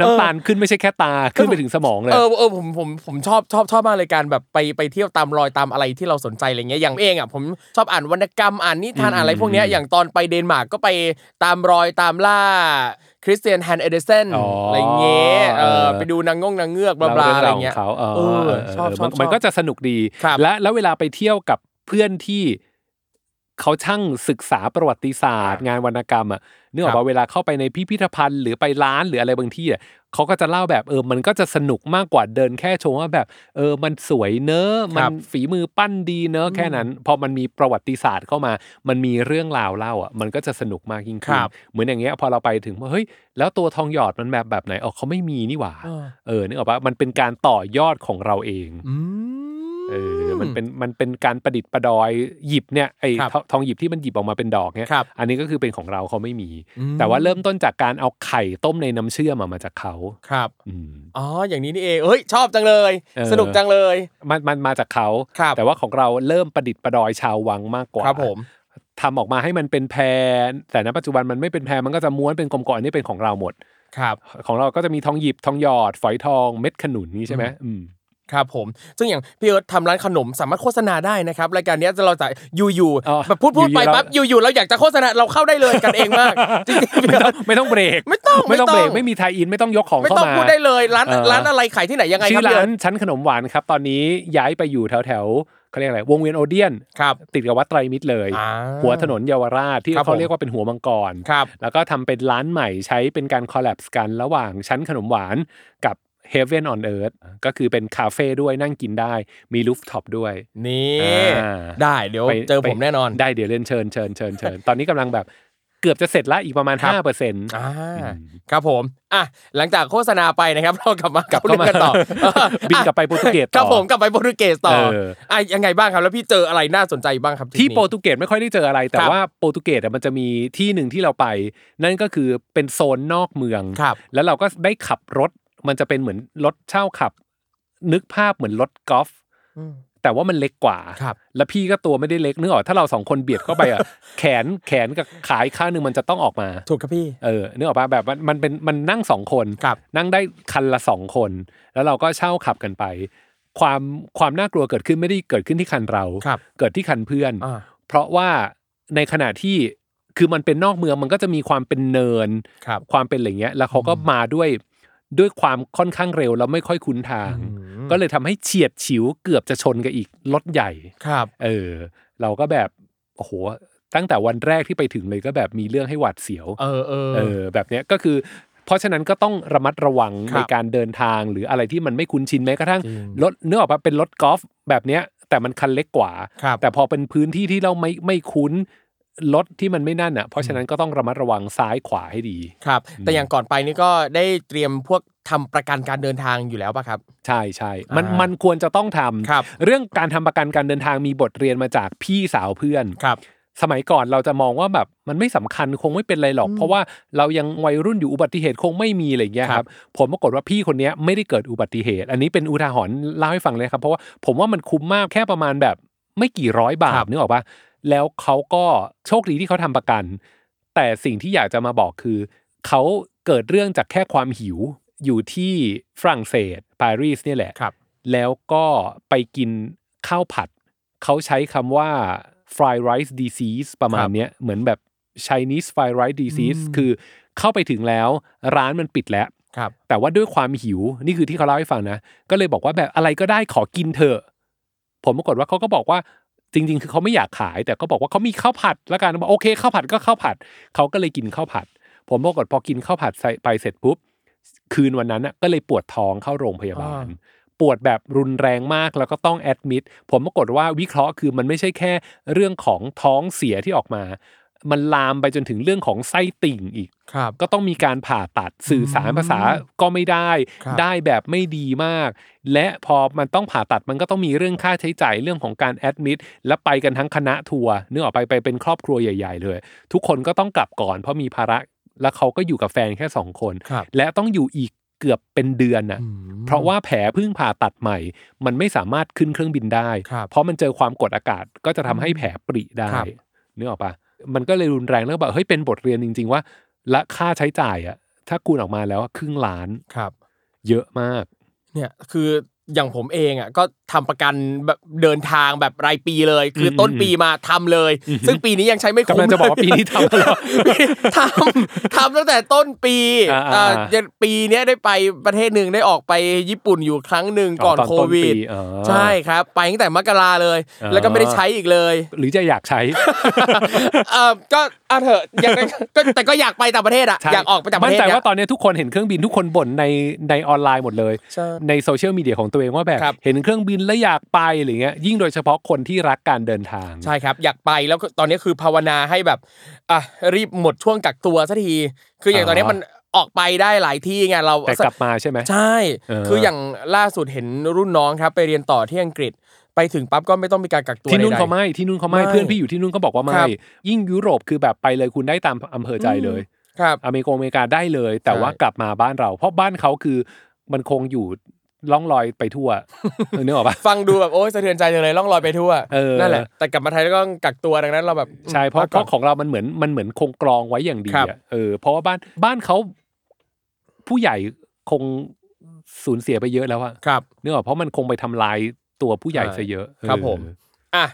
S3: น้ำตาลขึ้นไม่ใช่แค่ตาขึ้นไปถึงสมองเลย
S2: เออเออผมผมผมชอบชอบชอบมากเลยการแบบไปไปเที่ยวตามรอยตามอะไรที่เราสนใจอะไรเงี้ยอย่างเองอ่ะผมชอบอ่านวรรณกรรมอ่านนิทานอ่านอะไรพวกเนี้ยอย่างตอนไปเดนมาร์กก็ไปตามรอยตามล่าคริสเตียนแฮนเอเดเซน
S3: อ๋ออ
S2: อะไรเงี้ยเอ
S3: เอ
S2: อ
S3: อ
S2: ไปดูนางงงนางเงือกบลาบลาอะไรเงี้ย
S3: ล่าเรื่องราว
S2: เออ
S3: ของเขาเออ
S2: ชอบ
S3: เออ
S2: ชอบ
S3: มันมันก็จะสนุกดี
S2: ครับ
S3: และแล้วเวลาไปเที่ยวกับเพื่อนที่ เขาช่างศึกษาประวัติศาสตร์ งานวรรณกรรมอ่ะนึกออก
S2: ครั
S3: ว่า
S2: บ
S3: เวลาเข้าไปในพิพิธภัณฑ์หรือไปร้านหรืออะไรบางที่อ่ะเขาก็จะเล่าแบบเออมันก็จะสนุกมากกว่าเดินแค่ชมว่าแบบเออมันสวยเนอะมันฝีมือปั้นดีเนอะแค่นั้นพอมันมีประวัติศาสตร์เข้ามา มันมีเรื่องราวเล่าอ่ะมันก็จะสนุกมากยิ่งขึ้น
S2: ครับ
S3: เหมือนอย่างเงี้ยพอเราไปถึงว่าเฮ้ยแล้วตัวทองหยอดมันแบบแบบไหนอ๋อเขาไม่มีนี่หว่า
S2: เออ
S3: เออนึกออกปะมันเป็นการต่อยอดของเราเอง
S2: อืม
S3: เออ มันเป็น มันเป็นการประดิษฐ์ประดอยหยิบเนี่ย ไอ้
S2: ครับ
S3: ทองทองหยิบที่มันหยิบออกมาเป็นดอกเนี่ย
S2: ครับ
S3: อันนี้ก็คือเป็นของเราเขาไม่มี
S2: อืม
S3: แต่ว่าเริ่มต้นจากการเอาไข่ต้มในน้ำเชื่อมอะมาจากเขา
S2: ครับ
S3: อืม
S2: อ๋อ อย่างนี้นี่เองเฮ้ย ชอบจังเลย
S3: เออ
S2: สนุกจังเลย
S3: มัน มันมาจากเขา
S2: ครับ
S3: แต่ว่าของเราเริ่มประดิษฐ์ประดอยชาววังมากกว่า
S2: ครับผม
S3: ทำออกมาให้มันเป็นแพร แต่ณปัจจุบันมันไม่เป็นแพร มันก็จะม้วนเป็นกลมๆอันนี้เป็นของเราหมด
S2: ครับ
S3: ของเราก็จะมีทองหยิบ ทองหยอด ฝอยทอง เม็ดขนุนนี้ใช่ไหมอืม
S2: ครับผม ซึ่งอย่างพี่เอิร์ธทำร้านขนมสามารถโฆษณาได้นะครับรายการเนี้ยเราจะอยู่
S3: อ๋อ
S2: ๆแบบพูดพูด
S3: อยู่ๆ
S2: ไป
S3: เรา
S2: ปั๊บอยู่ๆเราอยากจะโฆษณาเราเข้าได้เลยกันเอง
S3: [LAUGHS]
S2: มากจริงๆพี่
S3: ไม่
S2: เอิ
S3: ต้อ
S2: ร์
S3: ง
S2: ธ
S3: ไม่ต้องเบรก
S2: ไม่ต้อง
S3: ไม่ต้อง
S2: ไม่
S3: เบร
S2: ต้อง
S3: ก ไม่มีไทยอิน ไม่ต้องยกของ
S2: ไม่
S3: เข้า
S2: ต้อง
S3: มา
S2: พูดได้เลยร้าน
S3: เออ
S2: ร้านอะไรขายที่ไหนยังไงค
S3: ชื่
S2: รับพี่
S3: อร้า
S2: เอิ
S3: น
S2: ร์ธ
S3: ชั้นขนมหวานครับ ตอนนี้ย้ายไปอยู่แถวแถวๆเขาเรียกอะไรวงเวียนโอเดียน
S2: ครับ
S3: ติดกับวัดไตรมิตรเลย
S2: อ่า
S3: หัวถนนเยาวราชที่
S2: ครับผม
S3: เขาเรียกว่าเป็นหัวมังกร
S2: ครับ
S3: แล้วก็ทำเป็นร้านใหม่ใช้เป็นการคอลแลบกันระหว่างชั้นขนมหวานกับ Heaven on Earth ก็คือเป็นคาเฟ่ด้วยนั่งกินได้มีลูฟท็อปด้วย
S2: นี่
S3: อ่า
S2: ได้เดี๋ยว
S3: ไป
S2: เจอผม
S3: ไป
S2: แน่นอน
S3: ได้เดี๋ยวเรียนเชิญเชิญเชิญเชิญตอนนี้กำลังแบบเกือบจะเสร็จละอีกประมาณ5%เปอร์เซ็นต์
S2: อ่า
S3: อืม
S2: ครับผมอ่ะหลังจากโฆษณาไปนะครับ [LAUGHS] เรากลับมาก
S3: กลับเข้ามา
S2: กันต่อ
S3: [LAUGHS] บินกลับไปโปรตุเกส
S2: ค
S3: ต่
S2: รับ
S3: อ
S2: ผมกลับไปโปรตุเกสต่อ
S3: เออ
S2: อ่ะยังไงบ้างครับ แล้วพี่เจออะไรน่าสนใจบ้างครับ
S3: ที่
S2: นี้
S3: โปรตุเกสไม่ค่อยได้เจออะไร แต่
S2: ครับ
S3: ว่าโปรตุเกสอะมันจะมีที่หนึ่งที่เราไป นั่นก็คือเป็นโซนนอกเมือง
S2: ครับ
S3: แล้วเราก็ได้ขับรถ มันจะเป็นเหมือนรถเช่าขับ นึกภาพเหมือนรถกอล์ฟ
S2: อืม
S3: แต่ว่ามันเล็กกว่า
S2: ครับ
S3: แล้วพี่ก็ตัวไม่ได้เล็กนึกออกถ้าเราสองคนเบียดเข้าไป
S2: [LAUGHS]
S3: อ่ะ แขนแขนกับขาอีกข้างหนึ่งมันจะต้องออกมา
S2: ถูกครับพี่
S3: เออนึกออกปะแบบมันมันเป็นมันนั่งสองคน
S2: ครับ
S3: นั่งได้คันละสองคน แล้วเราก็เช่าขับกันไป ความความน่ากลัวเกิดขึ้นไม่ได้เกิดขึ้นที่คันเรา
S2: ครับ
S3: เกิดที่คันเพื่อน
S2: อ่า
S3: เพราะว่าในขณะที่คือมันเป็นนอกเมืองมันก็จะมีความเป็นเนิน
S2: ครับ
S3: ความเป็นอะไรเงี้ย แล้วเขาก็มาด้วยด้วยความค่อนข้างเร็วแล้วไม่ค่อยคุ้นทาง ก็เลยทำให้เฉียดฉิวเกือบจะชนกับอีกรถใหญ่
S2: ครับ
S3: เออ เราก็แบบโอ้โหตั้งแต่วันแรกที่ไปถึงเลยก็แบบมีเรื่องให้หวาดเสียว
S2: เออเออ
S3: เออแบบเนี้ยก็คือ เพราะฉะนั้นก็ต้องระมัดระวัง
S2: ครับ
S3: ในการเดินทางหรืออะไรที่มันไม่คุ้นชินแม้กระทั่ง
S2: จริง
S3: รถเนื้อออกมาเป็นรถกอล์ฟแบบเนี้ยแต่มันคันเล็กกว่า
S2: ครับ
S3: แต่พอเป็นพื้นที่ที่เราไม่ไม่คุ้นรถที่มันไม่นั่นอ่ะเพราะฉะนั้นก็ต้องระมัดระวังซ้ายขวาให้ดี
S2: ครับ แต่อย่างก่อนไปนี่ก็ได้เตรียมพวกทำประกันการเดินทางอยู่แล้วป่ะครับ
S3: ใช่ใช่มัน
S2: อ่ามั
S3: มันควรจะต้องทำ
S2: ครับ
S3: เรื่องการทำประกันการเดินทางมีบทเรียนมาจากพี่สาวเพื่อน
S2: ครับ
S3: สมัยก่อนเราจะมองว่าแบบมันไม่สำคัญคงไม่เป็นไรหรอก เพราะว่าเรายังวัยรุ่นอยู่อุบัติเหตุคงไม่มีอะไรอย่างเงี้ย
S2: ค
S3: ค
S2: รั
S3: รับ บผมปรากฏว่าพี่คนเนี้ยไม่ได้เกิดอุบัติเหตุ อันนี้เป็นอุทาหรณ์เล่าให้ฟังเลยครับ เพราะว่าผมว่ามันคุ้มมากแค่ประมาณแบบไม่กี่ร้อยบาทนึกออกปะแล้วเขาก็โชคดีที่เขาทำประกัน แต่สิ่งที่อยากจะมาบอกคือ เขาเกิดเรื่องจากแค่ความหิวอยู่ที่ฝรั่งเศสปารีสเนี่ยแหละ
S2: ครับ
S3: แล้วก็ไปกินข้าวผัด เขาใช้คำว่า fried rice disease ประมาณเนี้ยเหมือนแบบ Chinese fried rice disease
S2: อืม
S3: คือเข้าไปถึงแล้วร้านมันปิดแล้ว
S2: ครับ
S3: แต่ว่าด้วยความหิว นี่คือที่เขาเล่าให้ฟังนะ ก็เลยบอกว่าแบบอะไรก็ได้ขอกินเถอะ ผมปรากฏว่าเขาก็บอกว่าจริง ๆ คือเขาไม่อยากขาย แต่ก็บอกว่าเขามีข้าวผัดละกันบอกโอเคข้าวผัดก็ข้าวผัด เขาก็เลยกินข้าวผัด ผมปรากฏพอกินข้าวผัดใส่ไปเสร็จปุ๊บ คืนวันนั้นน่ะก็เลยปวดท้องเข้าโรงพยาบาล
S2: อ่
S3: ปวดแบบรุนแรงมากแล้วก็ต้องแอดมิดผมปรากฏว่าวิเคราะห์คือมันไม่ใช่แค่เรื่องของท้องเสียที่ออกมา มันลามไปจนถึงเรื่องของไส้ติ่งอีก
S2: ครับ
S3: ก็ต้องมีการผ่าตัดสื่อสาร
S2: อืม
S3: ภาษาก็ไม่ได้
S2: ครับ
S3: ได้แบบไม่ดีมาก และพอมันต้องผ่าตัดมันก็ต้องมีเรื่องค่าใช้จ่ายเรื่องของการแอดมิดและไปกันทั้งคณะทัวร์นึกออกไปไปเป็นครอบครัวใหญ่ ๆ เลย ทุกคนก็ต้องกลับก่อนเพราะมีภาระ แล้วเขาก็อยู่กับแฟนแค่สองคน
S2: ครับ
S3: และต้องอยู่อีกเกือบเป็นเดือนน่ะ
S2: อืม
S3: เพราะว่าแผลเพึ่งผ่าตัดใหม่ มันไม่สามารถขึ้นเครื่องบินได้
S2: ครับ
S3: เพราะมันเจอความกดอากาศก็จะทำให้แผลปริได้
S2: ครับ
S3: นึกออกปะมันก็เลยรุนแรงแล้วแบบเฮ้ยเป็นบทเรียนจริง ๆ ว่า และค่าใช้จ่ายอะถ้าคูณออกมาแล้วอะครึ่งล้าน
S2: ครับ
S3: เยอะมาก
S2: เนี่ยคือ อย่างผมเองอ่ะก็ทำประกันแบบเดินทางแบบรายปีเลย คืออ
S3: ม
S2: ต้นปีมาทำเลย ซึ่งปีนี้ยังใช้ไม่คุ้ม
S3: กำลังจะบอกว่าปีนี้ทำแล้วเหรอ
S2: [LAUGHS] ทำทำตั้งแต่ต้นปี
S3: อ่าๆ
S2: เอ่อปีเนี้ยได้ไปประเทศหนึ่งได้ออกไปญี่ปุ่นอยู่ครั้งหนึ่งก่อน
S3: อ๋อตอน
S2: โค
S3: ต้นปี
S2: วิด
S3: อ๋อ
S2: ใช่ครับ ไปตั้งแต่มกราเลย
S3: อ๋อ
S2: แล้วก็ไม่ได้ใช้อีกเลย [LAUGHS]
S3: หรือจะอยากใช้
S2: เออก็เอาเถอะยังไงก็แต่ก็อยากไปต่างประเทศอ่ะ
S3: ใช่
S2: อยากออกไปต่างประ
S3: มั่น
S2: เทศ
S3: ใจ
S2: เนี่ย
S3: ว่าตอนนี้ทุกคนเห็นเครื่องบินทุกคนบ่นในในออนไลน์หมดเลย
S2: ใช่
S3: ในโซเชียลมีเดียของตัวเองว่าแบบ
S2: ครับ
S3: เห็นเครื่องบินแล้วอยากไปอะไรเงี้ยยิ่งโดยเฉพาะคนที่รักการเดินทาง
S2: ใช่ครับ อยากไปแล้วก็ตอนนี้คือภาวนาให้แบบอ่ะรีบหมดช่วงกักตัวสักที คืออย่าง
S3: อ๋อ
S2: ตอนนี้มันออกไปได้หลายที่ไงเรา
S3: แต่กลับมาใช่ไหม
S2: ใช่
S3: เออ
S2: คืออย่างล่าสุดเห็นรุ่นน้องครับ ไปเรียนต่อที่อังกฤษไปถึงปั๊บก็ไม่ต้องมีการกักตัว
S3: ที่นู่น
S2: ใดๆ
S3: เขาไม่ที่นู่นเขาไม่
S2: ไม่
S3: เพื่อนพี่อยู่ที่นู่นก็บอก
S2: ค
S3: ว่าไม่
S2: รับ
S3: ยิ่งยุโรปคือแบบไปเลยคุณได้ตามอำเภอใจเลย
S2: ครับ
S3: อเมริกาอเมริกาได้เลย แต่
S2: ใช่
S3: ว่ากลับมาบ้านเรา เพราะบ้านเขาคือมันคงอยู่ล่องลอยไป
S2: [LAUGHS]
S3: ทั่ว เออนึกออกปะ
S2: ฟังดูแบบโอ้ยสะเทือนใจจังเลยล่องลอยไปทั่ว
S3: เออ
S2: นั่นแหละแต่กลับมาไทยแล้วก็กักตัวดังนั้นเราแบบ
S3: ใช่เพราะ
S2: พัก
S3: เพ
S2: ก่อน
S3: ราะของเรามันเหมือนมันเหมือนคงกรองไว้อย่างดี
S2: ครับ
S3: อ่ะเออเพราะว่าบ้านบ้านเขาผู้ใหญ่คงสูญเสียไปเยอะแล้วอะ
S2: ครับ
S3: นึกออกเพราะมันคงไปทำลายตัวผู้ใหญ่ซะเยอะ
S2: ครับ
S3: เออ
S2: ผม อ่ะ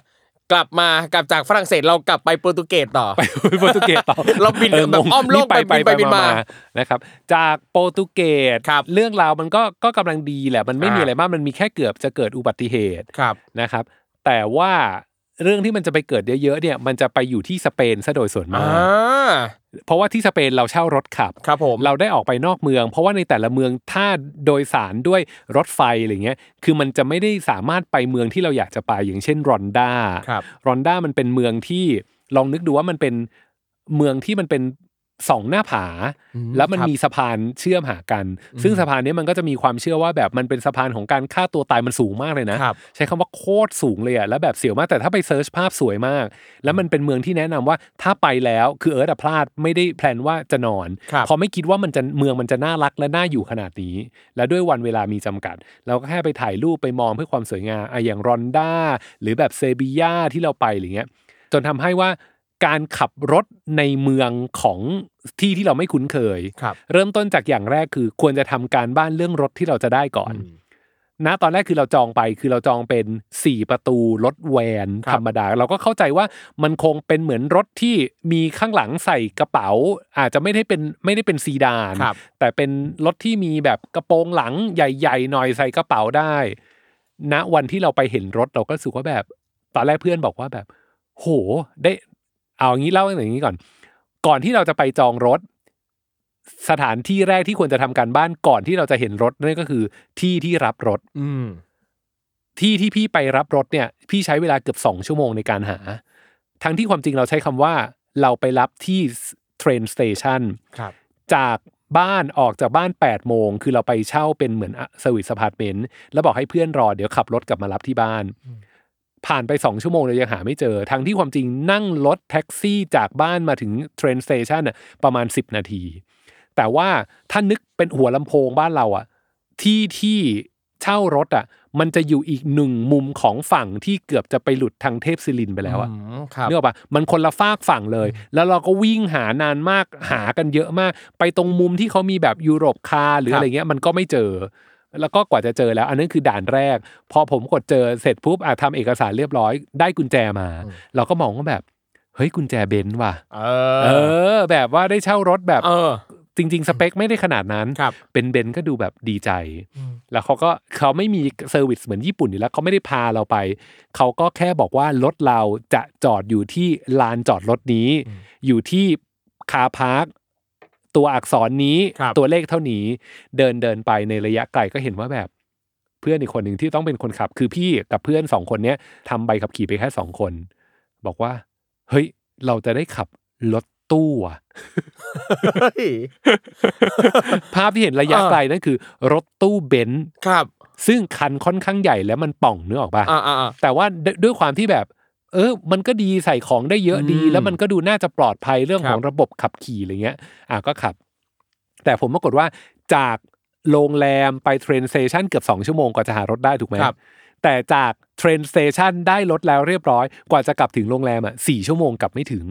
S2: กลับมากลับจากฝรั่งเศสเรากลับไปโปรตุเกสต่อ
S3: ไปโปรตุเกสต่อ
S2: เราบิน
S3: เ
S2: แบบ
S3: งง
S2: อ้อมโลก
S3: นี่ไป
S2: ไปบิน
S3: ไป
S2: ไปบินมา
S3: นะครับ จากโปรตุเกส
S2: ครับ
S3: เรื่องราวมันก็ก็กำลังดีแหละมันไม่มี
S2: อ่า
S3: อะไรมากมันมีแค่เกือบจะเกิดอุบัติเหตุ
S2: ครับ
S3: นะครับ แต่ว่าเรื่องที่มันจะไปเกิดเยอะๆเนี่ย มันจะไปอยู่ที่สเปนซะโดยส่วนมา
S2: อ่า
S3: ก เพราะว่าที่สเปนเราเช่ารถขับ
S2: ครับผม
S3: เราได้ออกไปนอกเมือง เพราะว่าในแต่ละเมืองถ้าโดยสารด้วยรถไฟอะไรเงี้ย คือมันจะไม่ได้สามารถไปเมืองที่เราอยากจะไปอย่างเช่นรอนด้า
S2: ครับ
S3: รอนด้ามันเป็นเมืองที่ลองนึกดูว่ามันเป็นเมืองที่มันเป็นสองหน้าผา
S2: อืม
S3: แล้วมัน
S2: ครับ
S3: มีสะพานเชื่อมหากัน ซึ่งสะพานเนี้ยมันก็จะมีความเชื่อว่าแบบมันเป็นสะพานของการฆ่าตัวตายมันสูงมากเลยนะ
S2: ครับ
S3: ใช้คำว่าโคตรสูงเลยอะแล้วแบบเสียวมากแต่ถ้าไปเซิร์ชภาพสวยมาก แล้วมันเป็นเมืองที่แนะนำว่าถ้าไปแล้วคือเอิร์ธอะพลาดไม่ได้แพลนว่าจะนอน
S2: ครับ
S3: เพราะไม่คิดว่ามันจะเมืองมันจะน่ารักและน่าอยู่ขนาดนี้ และด้วยวันเวลามีจำกัด เราก็แค่ไปถ่ายรูปไปมองเพื่อความสวยงามอะอย่างรอนด้าหรือแบบเซบียาที่เราไปอะไรเงี้ย จนทำให้ว่าการขับรถในเมืองของที่ที่เราไม่คุ้นเคย
S2: ครับ
S3: เริ่มต้นจากอย่างแรกคือควรจะทำการบ้านเรื่องรถที่เราจะได้ก่อน ณตอนแรกคือเราจองไปคือเราจองเป็น 4 ประตูรถแวน
S2: ครับ
S3: ธรรมดา เราก็เข้าใจว่ามันคงเป็นเหมือนรถที่มีข้างหลังใส่กระเป๋า อาจจะไม่ได้เป็นไม่ได้เป็นซีดาน
S2: ครับ
S3: แต่เป็นรถที่มีแบบกระโปรงหลังใหญ่ๆหน่อยใส่กระเป๋าได้ ณวันที่เราไปเห็นรถเราก็รู้สึกว่าแบบ ตอนแรกเพื่อนบอกว่าแบบ โห ได้ เอาอย่างนี้เล่าอย่างนี้ก่อน ก่อนที่เราจะไปจองรถ สถานที่แรกที่ควรจะทำการบ้านก่อนที่เราจะเห็นรถนั่นก็คือที่ที่รับรถ
S2: อืม
S3: ที่ที่พี่ไปรับรถเนี่ย พี่ใช้เวลาเกือบสองชั่วโมงในการหา ทั้งที่ความจริงเราใช้คำว่าเราไปรับที่เทรนสเตชัน
S2: ครับ
S3: จากบ้านออกจากบ้าน8ปดโมง คือเราไปเช่าเป็นเหมือนสวิสพาร์ตเมนต์แล้วบอกให้เพื่อนรอเดี๋ยวขับรถกลับมารับที่บ้าน ผ่านไปสองชั่วโมงเรายังหาไม่เจอ ทั้งที่ความจริงนั่งรถแท็กซี่จากบ้านมาถึงเทรนสเตชันน่ะประมาณ 10 นาที แต่ว่าถ้านึกเป็นหัวลำโพงบ้านเราอะที่ที่เช่ารถอะมันจะอยู่อีกหนึ่งมุมของฝั่งที่เกือบจะไปหลุดทางเทพศิรินทร์ไปแล้วอะ
S2: มครับ
S3: นึกออกปะมันคนละฝากฝั่งเลย แล้วเราก็วิ่งหานานมากหากันเยอะมาก ไปตรงมุมที่เขามีแบบยุโรปคาร์หรือ
S2: ครับ
S3: อะไรเงี้ยมันก็ไม่เจอ แล้วก็กว่าจะเจอแล้ว อันนั้นคือด่านแรก พอผมกดเจอเสร็จปุ๊บอ่ะทำเอกสารเรียบร้อยได้กุญแจมา เราก็มองว่าแบบ เฮ้ยกุญแจเบนซ์ว่ะ
S2: เอ
S3: เอ
S2: อ
S3: อ แบบว่าได้เช่ารถแบบ
S2: เออ
S3: จริง ๆ สเปคไม่ได้ขนาดนั้น
S2: ครับ
S3: เป็นเบนซ์ก็ดูแบบดีใจ แล้วเขาก็เขาไม่มีเซอร์วิสเหมือนญี่ปุ่นอยู่แล้วเขาไม่ได้พาเราไป เขาก็แค่บอกว่ารถเราจะจอดอยู่ที่ลานจอดรถนี้ อยู่ที่คาพาร์คตัวอักษรนี้
S2: ครับ
S3: ตัวเลขเท่านี้ เดินเดินไปในระยะไกลก็เห็นว่าแบบ เพื่อนอีกคนหนึ่งที่ต้องเป็นคนขับ คือพี่กับเพื่อนสองคนเนี้ยทำใบขับขี่ไปแค่สองคน บอกว่า เฮ้ย เราจะได้ขับรถตู้อะ [LAUGHS]
S2: เฮ้ย
S3: ภาพที่เห็นระยะ
S2: อ่า
S3: ไกลนั่นคือ รถตู้เบนซ์ [LAUGHS]
S2: ครับ
S3: ซึ่งคันค่อนข้างใหญ่แล้วมันป่องเนื้อออกป่ะ
S2: อ่าอ่า
S3: แต่ว่าดด้วยความที่แบบ เออ มันก็ดีใส่ของได้เยอะดี
S2: อืม
S3: แล้วมันก็ดูน่าจะปลอดภัยเรื่องขอ
S2: ค
S3: ง
S2: รับ
S3: ระบบขับขี่อะไรเงี้ย อ่ะก็ขับ แต่ผมปรากฏว่าจากโรงแรมไปเทรนสเตชันเกือบ 2 ชั่วโมงกว่าจะหารถได้ถูกไหม
S2: ครับ
S3: แต่จากเทรนสเตชันได้รถแล้วเรียบร้อย กว่าจะกลับถึงโรงแรมอ่ะสี่ชั่วโมงกลับไม่ถึง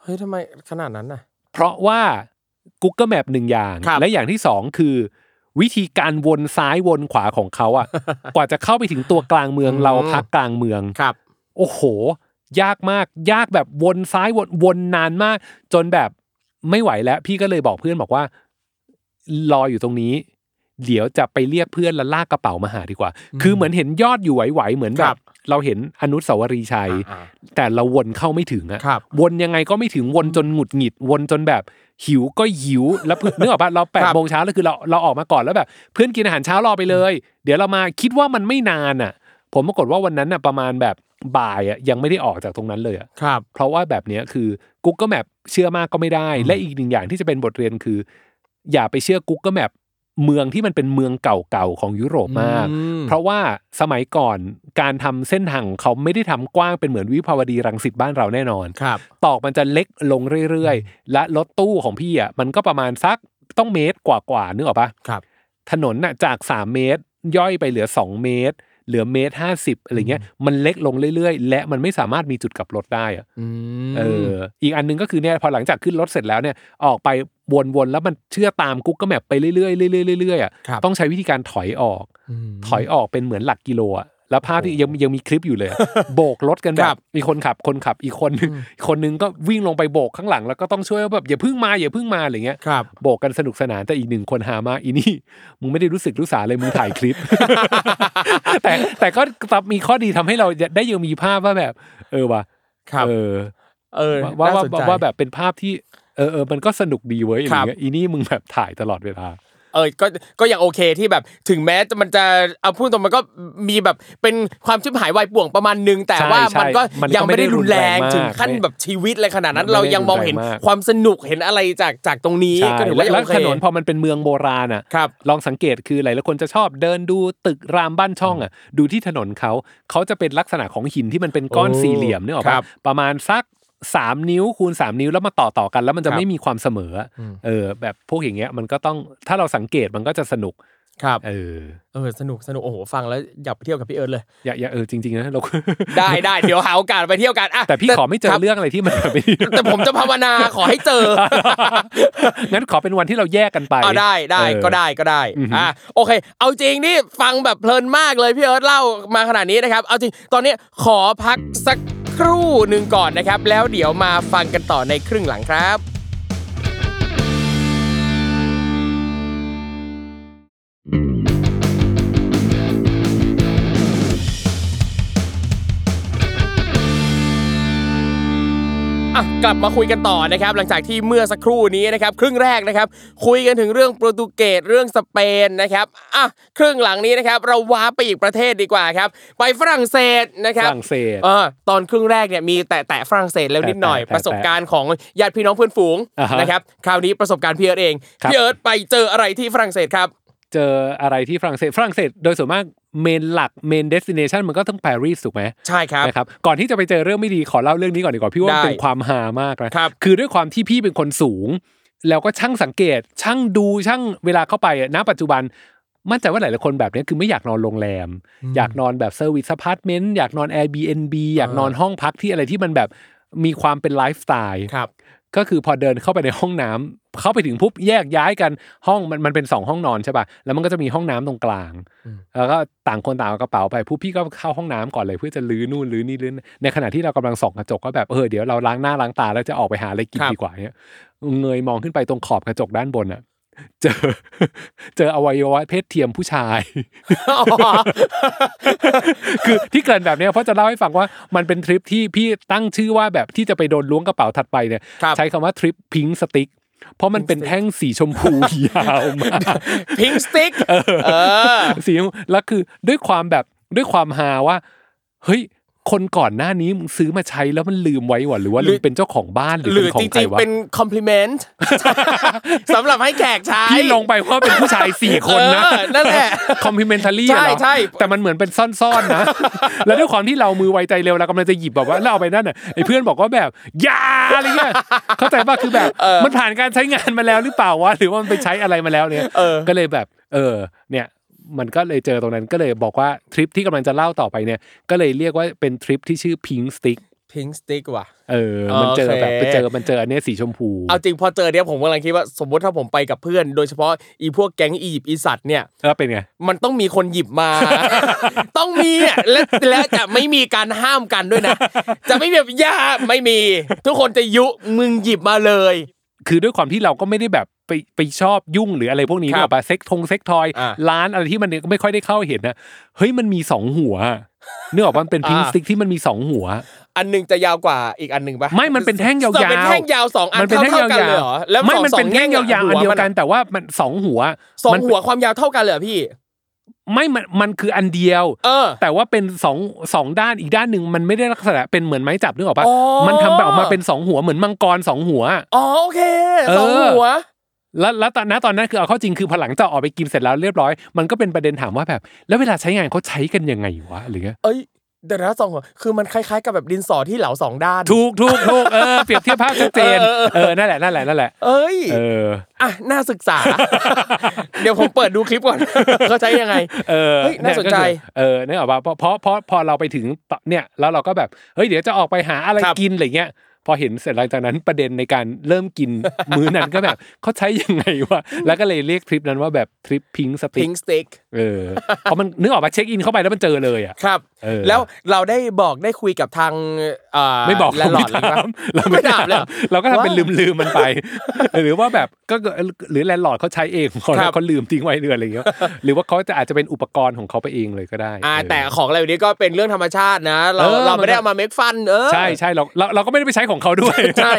S2: เฮ้ยทำไมขนาดนั้นน่ะ
S3: เพราะว่า Google Map หนึ่งอย่าง
S2: ครับ
S3: และอย่างที่สองคือ วิธีการวนซ้ายวนขวาของเขา
S2: [LAUGHS]
S3: อ่ะ กว่าจะเข้าไปถึงตัวกลางเมือง
S2: อืม
S3: เราพักกลางเมือง
S2: ครับ
S3: โอ้โห ยากมาก ยากแบบวนซ้ายวนวนนานมาก จนแบบไม่ไหวแล้ว พี่ก็เลยบอกเพื่อนบอกว่า รออยู่ตรงนี้ เดี๋ยวจะไปเรียกเพื่อนแล้วลากกระเป๋ามาหาดีกว่า คือเหมือนเห็นยอดอยู่ไหวๆเหมือนแบ
S2: ครับ บ
S3: เราเห็นอนุสาวรีย์ชัย
S2: อ่า
S3: แต่เราวนเข้าไม่ถึงอะ
S2: ครับ
S3: วนยังไงก็ไม่ถึงวนจนหงุดหงิด วนจนแบบหิวก็หิวแล้วเพื่อน [LAUGHS] นึกออกปะเราแปด
S2: ครับ
S3: โมงเช้าแล้วคือเราเราออกมาก่อนแล้วแบบ เพื่อนกินอาหารเช้ารอไปเลย เดี๋ยวเรามาคิดว่ามันไม่นานอะผมปรากฏว่าวันนั้นอะประมาณแบบบ่ายอะยังไม่ได้ออกจากตรงนั้นเลยอะ
S2: ๆครับ
S3: เพราะว่าแบบเนี้ยคือ Google Map เชื่อมากก็ไม่ได้ และอีกหนึ่งอย่างที่จะเป็นบทเรียนคือ อย่าไปเชื่อ Google Map เมืองที่มันเป็นเมืองเก่าๆของยุโรปมาก
S2: อืม
S3: เพราะว่าสมัยก่อนการทำเส้นทางของเขาไม่ได้ทำกว้างเป็นเหมือนวิภาวดีรังสิตบ้านเราแน่นอน
S2: ครับ
S3: ตอกมันจะเล็กลงเรื่อยๆ และรถตู้ของพี่อ่ะมันก็ประมาณสักต้องเมตรกว่าๆนึกออกปะ
S2: ครับ
S3: ถนนน่ะจาก 3 เมตร ย่อยไปเหลือ 2 เมตร เหลือเมตร 50อะไรเงี้ยมันเล็กลงเรื่อยๆ และมันไม่สามารถมีจุดกลับรถได้อะ
S2: อืม
S3: เอออีกอันหนึงก็คือเนี่ยพอหลังจากขึ้นรถเสร็จแล้วเนี่ยออกไปวนๆแล้วมันเชื่อตามกุ๊กก็แมปไปเรื่อยๆเรื่อยๆเรื่อยๆอ่ะ
S2: ครับ
S3: ต้องใช้วิธีการถอยออก
S2: ม
S3: ถอยออกเป็นเหมือนหลักกิโลอะแล้วภาพที่ยังยังมีคลิปอยู่เลยอะ โบกรถกันแบ
S2: ครับ
S3: บมีคนขับคนขับอีกคนนึงอีกคนนึงก็วิ่งลงไปโบกข้างหลังแล้วก็ต้องช่วยว่าแบบอย่าเพึ่งมาอย่าเพึ่งมาอะไรเงี้ย
S2: ครับ
S3: โบกกันสนุกสนานแต่อีกหนึ่งคนหามากอีนี่ มึงไม่ได้รู้สึกรู้สาเลยมึงถ่ายคลิป [LAUGHS] แต่แต่ก็มีข้อดีทำให้เราได้ยังมีภาพว่าแบบ เออว่ะ
S2: ครับ
S3: เออ
S2: เออ
S3: ว่าว่า
S2: น่สนใจ
S3: ว่าว่าแบบเป็นภาพที่เออเออมันก็สนุกดีเว้ยอะไร
S2: ครับ
S3: เงี้ยอีนี่มึงแบบถ่ายตลอดเวลา
S2: เออ ก็ ก็ยังโอเคที่แบบ ถึงแม้จะมันจะ เอาพูดตรงมันก็มีแบบ เป็นความชิบหายวายป่วงประมาณหนึง แต่
S3: ใช่
S2: ว่า
S3: ใช่
S2: มันก็
S3: มันก็
S2: ยังไม่ได้รุนแรง
S3: ไม่ได้รุนแรงมาก
S2: ถึงขั้นแบบชีวิตอะไรขนาดนั้น
S3: ไม่ได้
S2: เรายังมองเห็น
S3: รุนแรงมาก
S2: ความสนุก เห็นอะไรจาก จากตรงนี้
S3: ใช่
S2: ก็ถือ
S3: และ
S2: ว่ายัง
S3: และ
S2: โอเค
S3: ถนนพอมันเป็นเมืองโบราณอ่ะ
S2: ครับ
S3: ลองสังเกตคือหลายๆคนจะชอบเดินดูตึกรามบ้านช่องอ่ะดูที่ถนนเขาเขาจะเป็นลักษณะของหินที่มันเป็นก้อน
S2: โอ้
S3: สี่เหลี่ยมเนี่ยหรอ
S2: ครั
S3: ปะ
S2: บ
S3: ประมาณสักสามนิ้วคูณสามนิ้วแล้วมาต่อต่อๆกัน แล้วมันจะ
S2: ครับ
S3: ไม่มีความเสมออะ
S2: อืม
S3: เออ แบบพวกอย่างเงี้ยมันก็ต้องถ้าเราสังเกตมันก็จะสนุก
S2: ครับ
S3: เออ
S2: เออ สนุก สนุก โอ้โห ฟังแล้วอยากไปเที่ยวกับพี่เอิร์ธเลย
S3: อย่าอย่าเออจริงๆนะเรา [LAUGHS]
S2: ได้ได้เดี๋ยวหาโอกาสไปเที่ยวกันอ่ะ
S3: แต่พี่ขอไม่เจ
S2: ค
S3: อบ เรื่องอะไรที่มันแบบนี้
S2: แต่ผมจะภาวนาขอให้
S3: [LAUGHS]
S2: เจอ [LAUGHS]
S3: งั้นขอเป็นวันที่เราแยกกันไป
S2: เอาได้ได้
S3: เออ
S2: ก็ได้ก็ได้
S3: อือฮึ
S2: อ่ะโอเค เอาจริงนี่ฟังแบบเพลินมากเลยพี่เอิร์ธเล่ามาขนาดนี้นะครับ เอาจริงตอนนี้ขอพักสักครู่หนึ่งก่อนนะครับ แล้วเดี๋ยวมาฟังกันต่อในครึ่งหลังครับ อ่ะกลับมาคุยกันต่อนะครับ หลังจากที่เมื่อสักครู่นี้นะครับ ครึ่งแรกนะครับ คุยกันถึงเรื่องโปรตุเกสเรื่องสเปนนะครับอ่ะครึ่งหลังนี้นะครับ เราว้าไปอีกประเทศดีกว่าครับ ไปฝรั่งเศสนะครับ
S3: ฝรั่งเศส
S2: ออตอนครึ่งแรกเนี่ยมีแต่แต่ฝรั่งเศสแล้วนิดหน่อย
S3: แตะๆ
S2: ประสบการณ์ของญาติพี่น้องเพื่อนฝูง
S3: อ่าฮะ
S2: นะครับคราวนี้ประสบการณ์พี่เอิร์ธเอง
S3: ครับ
S2: พี่เอิร์ธไปเจออะไรที่ฝรั่งเศสครับ
S3: เจออะไรที่ฝรั่งเศสฝรั่งเศสโดยส่วนมากเมนหลักเมนเดสติเนชันมันก็ต้องปารีสถูกไหม
S2: ใช่ครับ
S3: นะครับก่อนที่จะไปเจอเรื่องไม่ดีขอเล่าเรื่องนี้ก่อนดีกว่าพี่ว่ามัน
S2: ได้
S3: เป็นความฮามากนะครับ คือด้วยความที่พี่เป็นคนสูง แล้วก็ช่างสังเกตช่างดูช่างเวลาเข้าไปอะณปัจจุบัน มั่นใจว่าหลายๆคนแบบเนี้ยคือไม่อยากนอนโรงแรม อยากนอนแบบเซอร์วิส a พาร์ตเมนต์อยากนอน Airbnb อยากนอนห้องพักที่อะไรที่มันแบบมีความเป็นไลฟ์สไตล์
S2: ครับ [LAUGHS]
S3: ก็คือพอเดินเข้าไปในห้องน้ำเข้าไปถึงปุ๊บแยกย้ายกันห้องมันมันเป็นสองห้องนอนใช่ป่ะแล้วมันก็จะมีห้องน้ำตรงกลาง แล้วก็ต่างคนต่างเอากระเป๋าไปผู้พี่ก็เข้าห้องน้ำก่อนเลยเพื่อจะลื้อนู่นลื้อนี่ลื้อนั่นในขณะที่เรากำลังส่องกระจกก็แบบเออเดี๋ยวเราล้างหน้าล้างตาแล้วจะออกไปหาอะไรกิน
S2: ครับ
S3: ดีกว่าเนี่ยเงยมองขึ้นไปตรงขอบกระจกด้านบนอ่ะ เจอ [LAUGHS] เจออวัยวะเพศเทียมผู้ชาย
S2: อ๋อ
S3: คือที่เกรินแบบเนี้ยเพราะจะเล่าให้ฟังว่ามันเป็นทริปที่พี่ตั้งชื่อว่าแบบที่จะไปโดนล้วงกระเป๋าถัดไปเนี่ย
S2: ครับ
S3: ใช้คำว่าทริปพิงสติ๊กเพราะมันเป็นแท่งสีชมพูยาวมาก [LAUGHS]
S2: พิงสติ๊กเออ
S3: สีชมพูแล้วคือด้วยความแบบด้วยความฮาว่าเฮ้ยคนก่อนหน้านี้มึงซื้อมาใช้แล้วมันลืมไว้ว่ะหรือว่า
S2: หรือ
S3: ลืมเป็นเจ้าของบ้านหรือ
S2: หรือ
S3: เป็
S2: น
S3: ขอ
S2: จ
S3: งใคร
S2: ริงๆ
S3: วะ
S2: เป็นคอมพลีเมนต์ [LAUGHS] สำหรับให้แขกใช้
S3: พี่ลงไปเพราะเป็นผู้ชายสี่คนนะ
S2: เออนั่นแหละ
S3: คอมพ l เมนทารี่
S2: ใช่
S3: เหรอ
S2: ใช่
S3: แต่มันเหมือนเป็นซ่อนๆนะ แล้วด้วยความที่เรามือไวใจเร็วเรากำลังจะหยิบแบบว่าแล้วเอาไปนั่นน่ะไอ้เพื่อนบอกว่าแบบอยาอะไรเงี้ยเข้าใจป่ะคือแบบมันผ่านการใช้งานมาแล้วหรือเปล่าวะหรือว่ามันไปใช้อะไรมาแล้วเนี่ย
S2: เออ
S3: ก็เลยแบบ เออ เนี่ย มันก็เลยเจอตรงนั้นก็เลยบอกว่าทริปที่กำลังจะเล่าต่อไปเนี่ย ก็เลยเรียกว่าเป็นทริปที่ชื่อ Pink Stick
S2: พิงสติ๊กว่ะ
S3: เออ มันเจอแบบ
S2: โอเค
S3: ไปเจอมันเจออันเนี้ยสีชมพู
S2: เอาจริงพอเจอเนี้ยผมกำลังคิดว่าสมมติถ้าผมไปกับเพื่อน โดยเฉพาะอีพวกแก๊งอียิปต์อีสัตว์เนี่ย
S3: แล้วเป็นไง
S2: มันต้องมีคนหยิบมา [LAUGHS] ต้องมีอะและและจะไม่มีการห้ามกันด้วยนะ จะไม่มีแบบอย่าไม่มี ทุกคนจะยุมึงหยิบมาเลย
S3: คือด้วยความที่เราก็ไม่ได้แบบไปไปชอบยุ่งหรืออะไรพวกนี้
S2: ครับ
S3: แบบเซ็กทงเซ็กทอย
S2: อ่ะ
S3: ร้านอะไรที่มันไม่ค่อยได้เข้าเห็นนะเฮ้ยมันมีสองหัว
S2: [LAUGHS]
S3: เนื้อออกปะมันเป็น
S2: อ่า
S3: พิงสติ๊กที่มันมีสองหัว
S2: อันหนึ่งจะยาวกว่าอีกอันหนึ่งปะ
S3: ไม่มันเป็นแท่งยาวๆ
S2: เป็นแท่งยาวสองอันเท่าเท่ากันเลยเหรอแล้ว
S3: ไม่
S2: สอง
S3: มันเป็น
S2: สอ
S3: แท่งยาวๆอันเดียวกัน
S2: หั
S3: แต่ว่ามันสองหัว
S2: ะสอง
S3: มัน
S2: หัวความยาวเท่ากันเลยเหรอพี่
S3: ไม่มันมันคืออันเดียว
S2: เออ
S3: แต่ว่าเป็นสองสองด้านอีกด้านหนึ่งมันไม่ได้ลักษณะเป็นเหมือนไม้จับนึกออกปะ
S2: อ๋อ
S3: มันทำแบบออกมาเป็นสองหัวเหมือนมังกรสองหัว
S2: อ๋อโอเคสอง
S3: เออ
S2: หัว
S3: แล้วแล้วตอนนั้นตอนนั้นคือเอาเข้าจริงคือพอหลังจะออกไปกินเสร็จแล้วเรียบร้อย มันก็เป็นประเด็นถามว่าแบบ แล้วเวลาใช้งานเขาใช้กันยังไงวะหรือไง
S2: เอ้ยเดี๋ยวนะสองหัวคือมันคล้ายๆ กับแบบดินสอที่เหลาสองด้าน
S3: ถูกถูกถูกเอ [LAUGHS] อเปรียบเทียบภาพชัดเจน
S2: เออเออเออ
S3: เออนั่นแหละนั่นแหละนั่นแหละ
S2: เอ้ย
S3: เออ
S2: อ่ะน่าศึก
S3: [LAUGHS]
S2: ษา เดี๋ยวผมเปิดดูคลิปก่อน [LAUGHS] เขาใช้ยังไง
S3: เออ
S2: เฮ้ยน่าสนใจ
S3: เยก็คือเออเนี่ยหรอกป่ะเพราะเพราะเพราะพอเราไปถึงเนี่ยแล้วเราก็แบบเฮ้ยเดี๋ยวจะออกไปหาอะไร
S2: ครับ
S3: กินอะไรเงี้ยพอเห็นเสร็จหลังจากนั้นประเด็นในการ [LAUGHS] เริ่มกิน มื้อนั้นก็แบบเขาใช้ยังไงวะแล้วก็เลยเรียกทริปนั้นว่าแบบทริปพิงสติ
S2: พิงสติ๊ก
S3: เออเพราะมันนึกออกมาเช็คอินเข้าไปแล้วมันเจอเลยอ่ะ
S2: ครับ
S3: เออ
S2: แล้วเราได้บอกได้คุยกับทางเ
S3: ไม่บอก
S2: แลนด์ลอร์ด
S3: เรา
S2: หรือเป
S3: ไม่
S2: ล่า
S3: ถามเราไม่ถาม
S2: เลย
S3: เราก็ทำเป็น
S2: ว้า
S3: ลืมลืมมันไป หรือว่าแบบก็ก็หรือแลนด์ลอร์ดเขาใช้เองของ
S2: ครั
S3: เขา
S2: บ
S3: เขาลืมทิ้งไว้เรืออะไรอย่างเงี้ยหรือว่าเขาจะอาจจะเป็นอุปกรณ์ของเขาไปเองเลยก็ได้
S2: อ่า
S3: เออ
S2: แต่ของอะไรแบบนี้ก็เป็นเรื่องธรรมชาตินะ เรา
S3: เออ
S2: เรา
S3: มันก็
S2: ไม่ได้เอามาเมคฟันเออ
S3: ใช่ใช่เราเราเราก็ไม่ได้ไปใช้ของเขาด้วย
S2: ใช่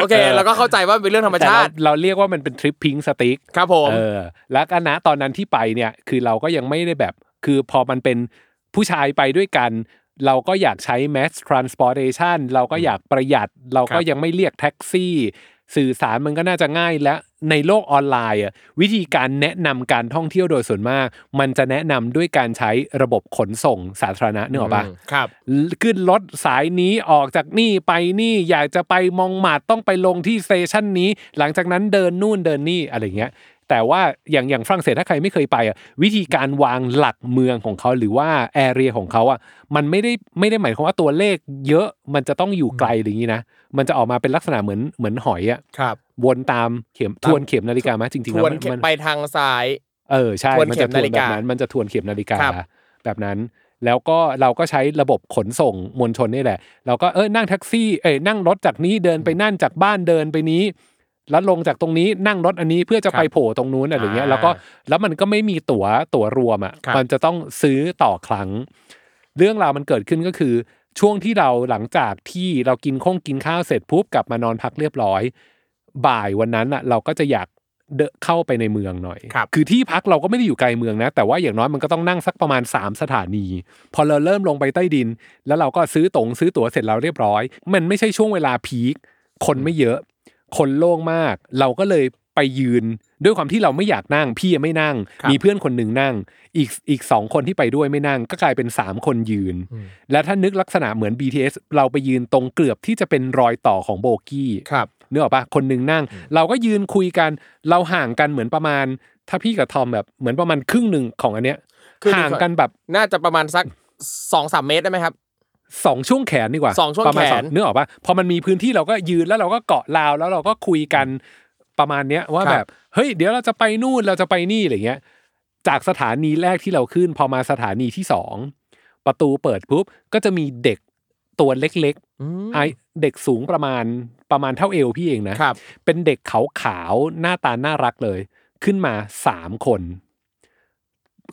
S2: โอเค
S3: เออ
S2: เราก็เข้าใจว่าเป็นเรื่องธรรม
S3: แต่
S2: ชา
S3: เรา
S2: ติ
S3: เราเรียกว่ามันเป็นทริปพิงสติ๊ก
S2: ครับผม
S3: เออแล้วก็นะตอนนั้นที่ไปเนี่ยคือเราก็ยังไม่ได้แบบ คือพอมันเป็นผู้ชายไปด้วยกัน เราก็อยากใช้ mass transportation เราก็อยากประหยัด เรา
S2: ค
S3: ก็
S2: รับ
S3: ยังไม่เรียกแท็กซี่ สื่อสารมันก็น่าจะง่ายและในโลกออนไลน์อะวิธีการแนะนำการท่องเที่ยวโดยส่วนมาก มันจะแนะนำด้วยการใช้ระบบขนส่งสาธารณะเนกออกปะ
S2: มครับ
S3: ขึ้นรถสายนี้ออกจากนี่ไปนี่อยากจะไปมองหมาดต้องไปลงที่สเตชันนี้ หลังจากนั้นเดินนู่นเดินนี่อะไรเงี้ย แต่ว่าอย่างอย่างฝรั่งเศสถ้าใครไม่เคยไปอ่ะวิธีการวางหลักเมืองของเขาหรือว่าแอเรียของเขาอ่ะมันไม่ได้ไม่ได้หมายความว่าตัวเลขเยอะมันจะต้องอยู่ไกลหรืออย่างนี้นะมันจะออกมาเป็นลักษณะเหมือนเหมือนหอยอ่ะ
S2: ครับ
S3: วนตามเข็มทวนเข็มนาฬิกาไหมจริง
S2: ท
S3: ๆแล้ว
S2: วน
S3: มันมัน
S2: ไปทางซ้าย
S3: เออใช่
S2: ทวน
S3: มัน
S2: เข็
S3: จะ
S2: ม
S3: ทวน
S2: นาฬิ
S3: แบ
S2: กา
S3: บนั้นมันจะทวนเข็มนาฬิกา
S2: ครับ
S3: แบบนั้น แล้วก็เราก็ใช้ระบบขนส่งมวลชนนี่แหละ เราก็เออนั่งแท็กซี่เอ้ยนั่งรถจากนี้เดินไปนั่นจากบ้านเดินไปนี้ แล้วลงจากตรงนี้นั่งรถอันนี้เพื่อจะไปโผล่ตรงนู้นอะไรอย่างเงี้ยแล้วก็ แล้วมันก็ไม่มีตั๋วตั๋วรวมอ่ะ
S2: ครับ
S3: มันจะต้องซื้อต่อครั้ง เรื่องราวมันเกิดขึ้นก็คือ ช่วงที่เราหลังจากที่เรากินข้องกินข้าวเสร็จปุ๊บกลับมานอนพักเรียบร้อย บ่ายวันนั้นอ่ะ เราก็จะอยากเดนเข้าไปในเมืองหน่อย
S2: ครับ
S3: อที่พักเราก็ไม่ได้อยู่ไกลเมืองนะ แต่ว่าอย่างน้อยมันก็ต้องนั่งสักประมาณ 3 สถานี พอเราเริ่มลงไปใต้ดิน แล้วเราก็ซื้อตงซื้อตั๋วเสร็จแล้วเรียบร้อย มันไม่ใช่ช่วงเวลาพีค คนไม่เยอะ คนโล่งมาก เราก็เลยไปยืน ด้วยความที่เราไม่อยากนั่ง พี่ยังไม่นั่ง
S2: ครับ
S3: มีเพื่อนคนหนึ่งนั่ง อีกอีกสองคนที่ไปด้วยไม่นั่ง ก็กลายเป็นสามคนยืน
S2: อืม
S3: และถ้านึกลักษณะเหมือน BTS เราไปยืนตรงเกือบที่จะเป็นรอยต่อของโบกี้
S2: ครับ
S3: นึกออกปะคนหนึ่งนั่ง เราก็ยืนคุยกัน เราห่างกันเหมือนประมาณ ถ้าพี่กับทอมแบบเหมือนประมาณครึ่งหนึ่งของอันเนี้ย
S2: ครึ่งหนึ่ง
S3: ห่างกันแบบ
S2: น่าจะประมาณสักสองสามเมตรได้ไหมครับ
S3: สองช่วงแขนดีกว่า
S2: สองช่วง
S3: ประมาณ
S2: แขน
S3: นึกออกปะพอมันมีพื้นที่เราก็ยืนแล้วเราก็เกาะราวแล้วเราก็คุยกันประมาณเนี้ยว่า
S2: ครับ
S3: แบบเฮ้ยเดี๋ยวเราจะไปนู่นเราจะไปนี่อะไรเงี้ย จากสถานีแรกที่เราขึ้น พอมาสถานีที่สองประตูเปิดปุ๊บก็จะมีเด็กตัวเล็ก
S2: อืม
S3: ๆไอเด็กสูงประมาณประมาณเท่าเอวพี่เองนะ
S2: ครับ
S3: เป็นเด็กขาวขาวๆหน้าตาน่ารักเลย ขึ้นมาสามคน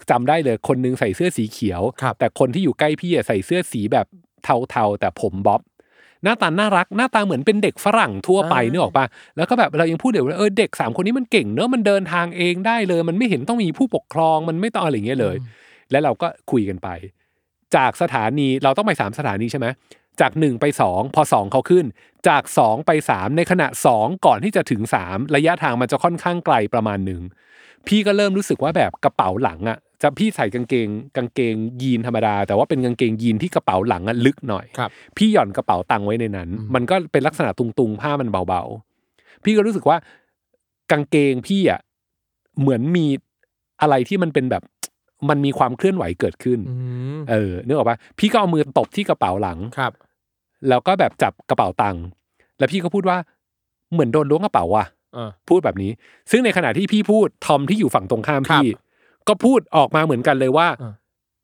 S3: จำได้เลย คนหนึงใส่เสื้อสีเขียว
S2: ครับ
S3: แต่คนที่อยู่ใกล้พี่อะใส่เสื้อสีแบบเทาๆ แต่ผมบ๊อบ หน้าตาน่ารัก หน้าตาเหมือนเป็นเด็กฝรั่งทั่วไปนึกออกปะแล้วก็แบบเรายังพูดเดี๋ยวว่าเออเด็กสามคนนี้มันเก่งเนอะมันเดินทางเองได้เลย มันไม่เห็นต้องมีผู้ปกครองมันไม่ต้องอะไรอย่างเงี้ยเลย แล้วเราก็คุยกันไป จากสถานีเราต้องไปสามสถานีใช่ไหมจากหนึ่งไปสองพอสองเขาขึ้น จากสองไปสามในขณะสองก่อนที่จะถึงสามระยะทางมันจะค่อนข้างไกลประมาณหนึ่งพี่ก็เริ่มรู้สึกว่าแบบกระเป๋าหลังอะ่ะจะพี่ใส่กางเกงกางเกงยีนธรรมดา แต่ว่าเป็นกางเกงยีนที่กระเป๋าหลังอะ่ะลึกหน่อย
S2: ครับ
S3: พี่หย่อนกระเป๋าตังค์ไว้ในนั้น
S2: อืม
S3: มันก็เป็นลักษณะตุงๆ ผ้ามันเบาๆ พี่ก็รู้สึกว่ากางเกงพี่อ่ะเหมือนมีอะไรที่มันเป็นแบบ มันมีความเคลื่อนไหวเกิดขึ้น
S2: อืม
S3: เออนึกออกปะพี่ก็เอามือตบที่กระเป๋าหลัง
S2: ครับ
S3: แล้วก็แบบจับกระเป๋าตังค์แล้วพี่ก็พูดว่าเหมือนโดนล้วงกระเป๋าว่ะ
S2: อ่า
S3: พูดแบบนี้ ซึ่งในขณะที่พี่พูดทอมที่อยู่ฝั่งตรงข้ามพี่ ก็พูดออกมาเหมือนกันเลยว่า
S2: อ่า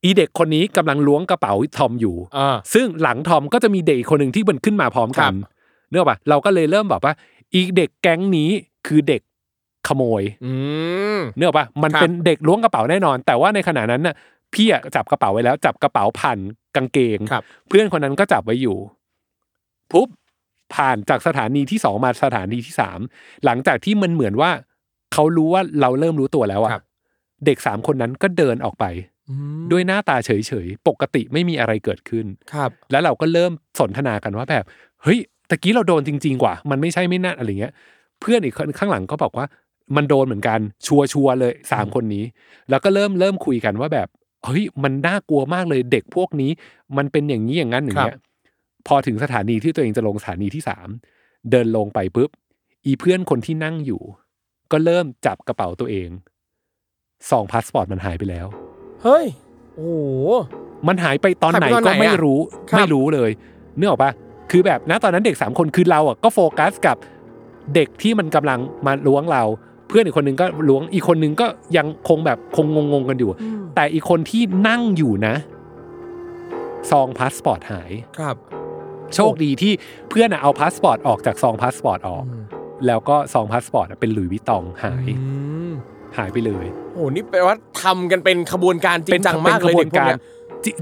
S3: อีเด็กคนนี้กำลังล้วงกระเป๋าทอมอยู่
S2: อ่า
S3: ซึ่งหลังทอมก็จะมีเด็กอีกคนหนึ่งที่มันขึ้นมาพร้อมกัน
S2: ครับ
S3: เนื้ออกปะเราก็เลยเริ่มแบบว่า อีกเด็กแก๊งนี้คือเด็กขโมย
S2: อืม
S3: เนื้ออกปะมัน
S2: ครับ
S3: เป็นเด็กล้วงกระเป๋าแน่นอน แต่ว่าในขณะนั้นน่ะพี่อะจับกระเป๋าไว้แล้วจับกระเป๋าผ่านกางเกง
S2: ครับ
S3: เพื่อนคนนั้นก็จับไว้อยู่ปุ๊บผ่านจากสถานีที่สองมาสถานีที่สามหลังจากที่มันเหมือนว่า เขารู้ว่าเราเริ่มรู้ตัวแล้วอะ
S2: ครับ
S3: เด็กสามคนนั้นก็เดินออกไป
S2: อืม
S3: ด้วยหน้าตาเฉยๆ ปกติไม่มีอะไรเกิดขึ้น
S2: ครับ
S3: แล้วเราก็เริ่มสนทนากันว่าแบบเฮ้ยตะกี้เราโดนจริง ๆ กว่า มันไม่ใช่ไม่น่าอะไรเงี้ย เพื่อนอีกคนข้างหลังก็บอกว่า มันโดนเหมือนกันชัวชัวร์ๆเลยสามคนนี้ แล้วก็เริ่มเริ่มคุยกันว่าแบบเฮ้ยมันน่ากลัวมากเลยเด็กพวกนี้ มันเป็นอย่างนี้อย่างนั้นอย่างเงี้ยพอถึงสถานีที่ตัวเองจะลงสถานีที่สามเดินลงไปปุ๊บอีเพื่อนคนที่นั่งอยู่ ก็เริ่มจับกระเป๋าตัวเองซองพาสปอร์ตมันหายไปแล้ว
S2: เฮ้ย โอ้โห
S3: มันหายไปตอนไหน
S2: หายไปตอนไหน
S3: ก็
S2: อะ
S3: ไม่รู้
S2: ครับ
S3: ไม่รู้เลยเนื้อออกปะคือแบบณตอนนั้นเด็กสามคนคือเราอ่ะก็โฟกัสกับเด็กที่มันกำลังมาล้วงเรา เพื่อนอีกคนนึงก็ล้วงอีกคนนึงก็ยังคงแบบคงงงๆกันอยู่ แต่อีกคนที่นั่งอยู่นะซองพาสปอร์ตหาย
S2: ครับ
S3: โชคดีที่เพื่อนอะเอาพาสปอร์ตออกจากซองพาสปอร์ตออก แล้วก็ซองพาสปอร์ตอะเป็นหลุยส์วิตตองหาย
S2: อืม
S3: หายไปเลย
S2: โอ้โหนี่แปลว่าทำกันเป็นขบวนการจริงจังมาก
S3: ป็
S2: เลย
S3: นขบว
S2: เด็
S3: น
S2: กพวก
S3: การ
S2: เนี้ย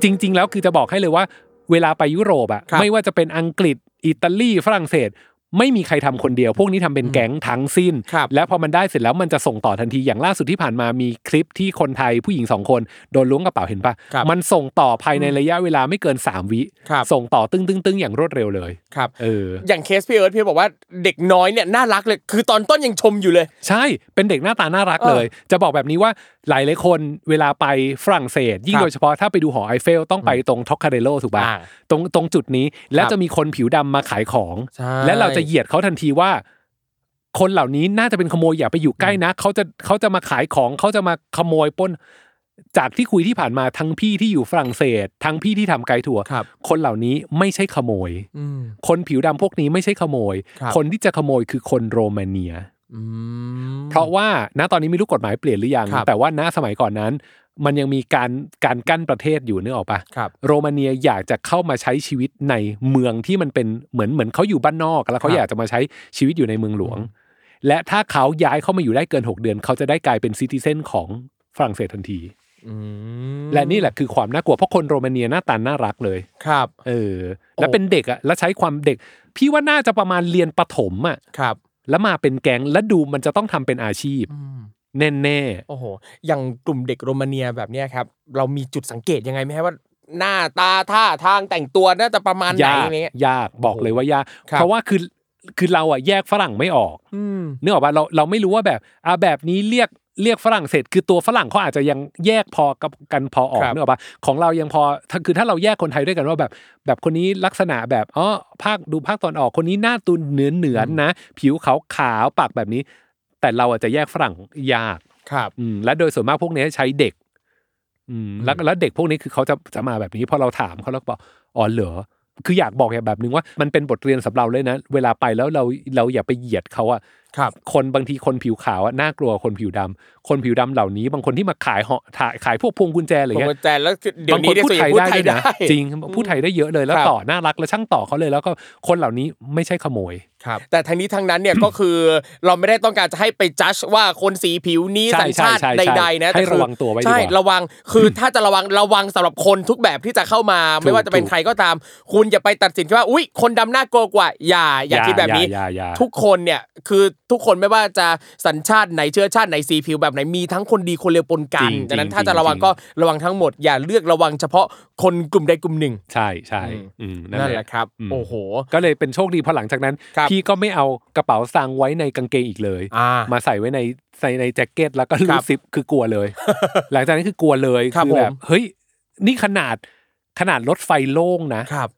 S3: จริง ๆ แล้วคือจะบอกให้เลยว่า เวลาไปยุโรปอะ
S2: ครับ
S3: ไม่ว่าจะเป็นอังกฤษ อิตาลีฝรั่งเศส ไม่มีใครทำคนเดียว พวกนี้ทำเป็นแก๊งทั้งสิ้น
S2: ครับ
S3: และพอมันได้เสร็จแล้วมันจะส่งต่อทันทีอย่างล่าสุดที่ผ่านมามีคลิปที่คนไทยผู้หญิงสองคนโดนล้วงกระเป๋าเห็นปะ
S2: ครับ
S3: มันส่งต่อภายในระยะเวลาไม่เกิน 3 วิ
S2: ครับ
S3: ส่งต่อตึ้งตึ้งตึ้งอย่างรวดเร็วเลย
S2: ครับ
S3: เออ
S2: อย่างเคสพี่เอิร์ธพี่บอกว่าเด็กน้อยเนี่ยน่ารักเลย คือตอนต้นยังชมอยู่เลย
S3: ใช่ เป็นเด็กหน้าตาน่ารัก
S2: เออ
S3: เลย จะบอกแบบนี้ว่าหลายหลายๆคนเวลาไปฝรั่งเศส ยิ่
S2: ครับ
S3: งโดยเฉพาะถ้าไปดูหอไอเฟลต้องไปตรงท็อกคาเดโลถูกป่ะ
S2: อ่า
S3: ตรงตรงจุดนี้ แล้วจะมีคนผิวดำมาขายของ
S2: ใช่
S3: และเราจะเหยียดเขาทันทีว่า คนเหล่านี้น่าจะเป็นขโมยอย่าไปอยู่ใกล้นะเขาจะเขาจะมาขายของเขาจะมาขโมยปล้น จากที่คุยที่ผ่านมาทั้งพี่ที่อยู่ฝรั่งเศส ทั้งพี่ที่ทำไกด์ทัวร์
S2: ครับ
S3: คนเหล่านี้ไม่ใช่ขโมย
S2: อืม
S3: คนผิวดำพวกนี้ไม่ใช่ขโมย
S2: ครับ
S3: คนที่จะขโมยคือคนโรมาเนีย
S2: อืม
S3: เพราะว่าณตอนนี้ไม่รู้กฎหมายเปลี่ยนหรือยัง
S2: ครับ
S3: แต่ว่าณสมัยก่อนนั้น มันยังมีการการกั้นประเทศอยู่นึกออกปะ
S2: ครับ
S3: โรมาเนียอยากจะเข้ามาใช้ชีวิตในเมืองที่มันเป็นเหมือนเหมือนเขาอยู่บ้านนอกแล้วเขา
S2: ครับ
S3: อยากจะมาใช้ชีวิตอยู่ในเมืองหลวง และถ้าเขาย้ายเข้ามาอยู่ได้เกิน 6 เดือน เขาจะได้กลายเป็นซิติเซนของฝรั่งเศสทันที
S2: ืม
S3: และนี่แหละคือความน่ากลัวเพราะคนโรมาเนียหน้าตาน่ารักเลย
S2: ครับ
S3: เออ และเป็นเด็กอะและใช้ความเด็ก พี่ว่าน่าจะประมาณเรียนประถมอะ
S2: ครับ
S3: แล้วมาเป็นแก๊งและดูมันจะต้องทำเป็นอาชีพ
S2: อืม
S3: แน่ๆ
S2: โอ้โห อย่างกลุ่มเด็กโรมาเนียแบบเนี้ยครับ เรามีจุดสังเกตยังไงไหมฮะว่า หน้าตาท่าทางแต่งตัวน่าจะประมาณไหน
S3: ยาก
S2: อะไรเงี้ย
S3: ยากบอกเลยว่ายาก
S2: ครับ
S3: เพราะว่าคือคือเราอะแยกฝรั่งไม่ออก
S2: อืม
S3: เนื่องจากว่าเราเราไม่รู้ว่าแบบอ่ะแบบนี้เรียกเรียกฝรั่งเศสคือตัวฝรั่งเขาอาจจะยังแยกพอกับกันพอออก
S2: ครับ
S3: เนื่องจากของเรายังพอถ้าคือถ้าเราแยกคนไทยด้วยกันว่าแบบ แบบคนนี้ลักษณะแบบอ๋อภาคดูภาคตอนออกคนนี้หน้าตุนเหนือเหนือนะ ผิวขาวขาวๆปากแบบนี้ แต่เราอาจจะแยกฝรั่งยาก
S2: ครับ
S3: อืมและโดยส่วนมากพวกเนี้ยใช้เด็ก อืมแล้วแล้วเด็กพวกนี้คือเขาจะจะมาแบบนี้พอเราถามเขาแล้วก็บอกอ๋อเหรอคืออยากบอกอย่างแบบนึงว่ามันเป็นบทเรียนสำหรับเราเลยนะ เวลาไปแล้วเราเราอย่าไปเหยียดเขาอะ
S2: ครับ
S3: คนบางทีคนผิวขาวอะน่ากลัวกว่าคนผิวดำคนผิวดำเหล่านี้ บางคนที่มาขายเหาะถ่ายขายพวกพวงกุญแจอะไร
S2: ผม
S3: เงี้ย
S2: ว่าแจนแล้วคือเดี๋ยว
S3: บางค
S2: นี้
S3: น
S2: ได้
S3: พูด
S2: ส่วนให
S3: ไท
S2: ญ่พูด
S3: ยได้
S2: ไทย
S3: ด้วย
S2: ได้
S3: นะจริงพูดไทยได้เยอะเลยแล้ว
S2: ครับ
S3: ต่อน่ารักและช่างต่อเขาเลยแล้วก็คนเหล่านี้ไม่ใช่ขโมย
S2: ครับแต่ทั้งนี้ทั้งนั้นเนี่ย [COUGHS] ก็คือเราไม่ได้ต้องการจะให้ไปจัดว่าคนสีผิวนี้
S3: ใช่
S2: สัญชาติ
S3: ใช่ใช่
S2: ใดๆนะ
S3: ให้
S2: แต่คือ
S3: ระวังตัวไว้ดีกว่า
S2: ใช่ระวังคือถ้าจะระวังระวังสำหรับคนทุกแบบที่จะเข้ามา ไม่ว่าจะเป็น
S3: ถูก
S2: ใครก็ตาม คุณอย่าไปตัดสินว่าอุ้ยคนดำหน้ากลัวกว่า อย่าอย่าคิดแบบนี้
S3: อย่าอย่าอย่า
S2: ทุกคนเนี่ยคือทุกคนไม่ว่าจะสัญชาติไหนเชื้อชาติไหนสีผิวแบบไหนมีทั้งคนดีคนเลวปนกัน
S3: จริงๆ
S2: ดังนั้น
S3: จริงๆ
S2: ถ้าจะระวัง
S3: จริง
S2: ก็ระวังทั้งหมด อย่าเลือกระวังเฉพาะคนกลุ่มใดกลุ่มหนึ่ง
S3: ใช่ใช่
S2: อืม
S3: อืมนั่น
S2: นั่น
S3: แห
S2: แห
S3: ละ
S2: ละครับ
S3: อืม
S2: โอ้โห
S3: ก็เลยเป็นโชคดีพอหลังจากนั้น
S2: ครับ
S3: พี่ก็ไม่เอากระเป๋าสตางค์ไว้ในกางเกงอีกเลย
S2: อ่า
S3: มาใส่ไว้ในใส่ในแจ็คเก็ตแล้วก็
S2: ค
S3: รู
S2: รั
S3: ด
S2: บ
S3: ซิปคือกลัว
S2: [LAUGHS]
S3: เลย หลังจากนั้นคือกลัวเลย
S2: ครับ
S3: แบบ
S2: ผม
S3: เฮ้ยนี่ขนาดขนาดรถไฟโล่งนะครับ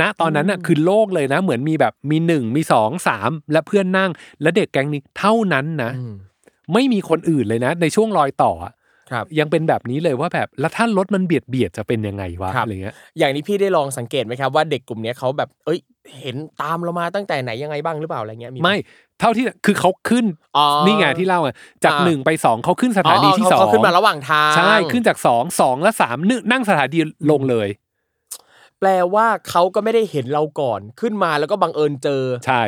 S3: ณตอนนั้นน่ะคือโล่งเลยนะ เหมือนมีแบบมีหนึ่งมีสองสามและเพื่อนนั่ง และเด็กแก๊งนี้เท่านั้นนะ ไม่มีคนอื่นเลยนะ ในช่วงรอยต่ออะ
S2: ครับ
S3: ยังเป็นแบบนี้เลยว่าแบบแล้วถ้ารถมันเบียดเบียดจะเป็นยังไงวะ
S2: ครับ
S3: อะไรเงี้ย
S2: อย่างนี้พี่ได้ลองสังเกตไหมครับว่าเด็กกลุ่มเนี้ยเขาแบบ เอ้ย เห็นตามเรามาตั้งแต่ไหนยังไงบ้างหรือเปล่าอะไรเงี้ยห
S3: ไม่เท่าที่คือเขาขึ้น
S2: อ๋อ
S3: นี่ไงที่เล่าอ่ะจาก
S2: อ่า
S3: หนึ่งไปสองเขาขึ้นสถานีที่สอง
S2: เขาขึ้นมาระหว่างทาง
S3: ใช่ขึ้นจากสองสองและสามนึนั่งสถานีลงเลย
S2: แปลว่าเขาก็ไม่ได้เห็นเราก่อนขึ้นมาแล้วก็บังเอิญเจอ
S3: ใช่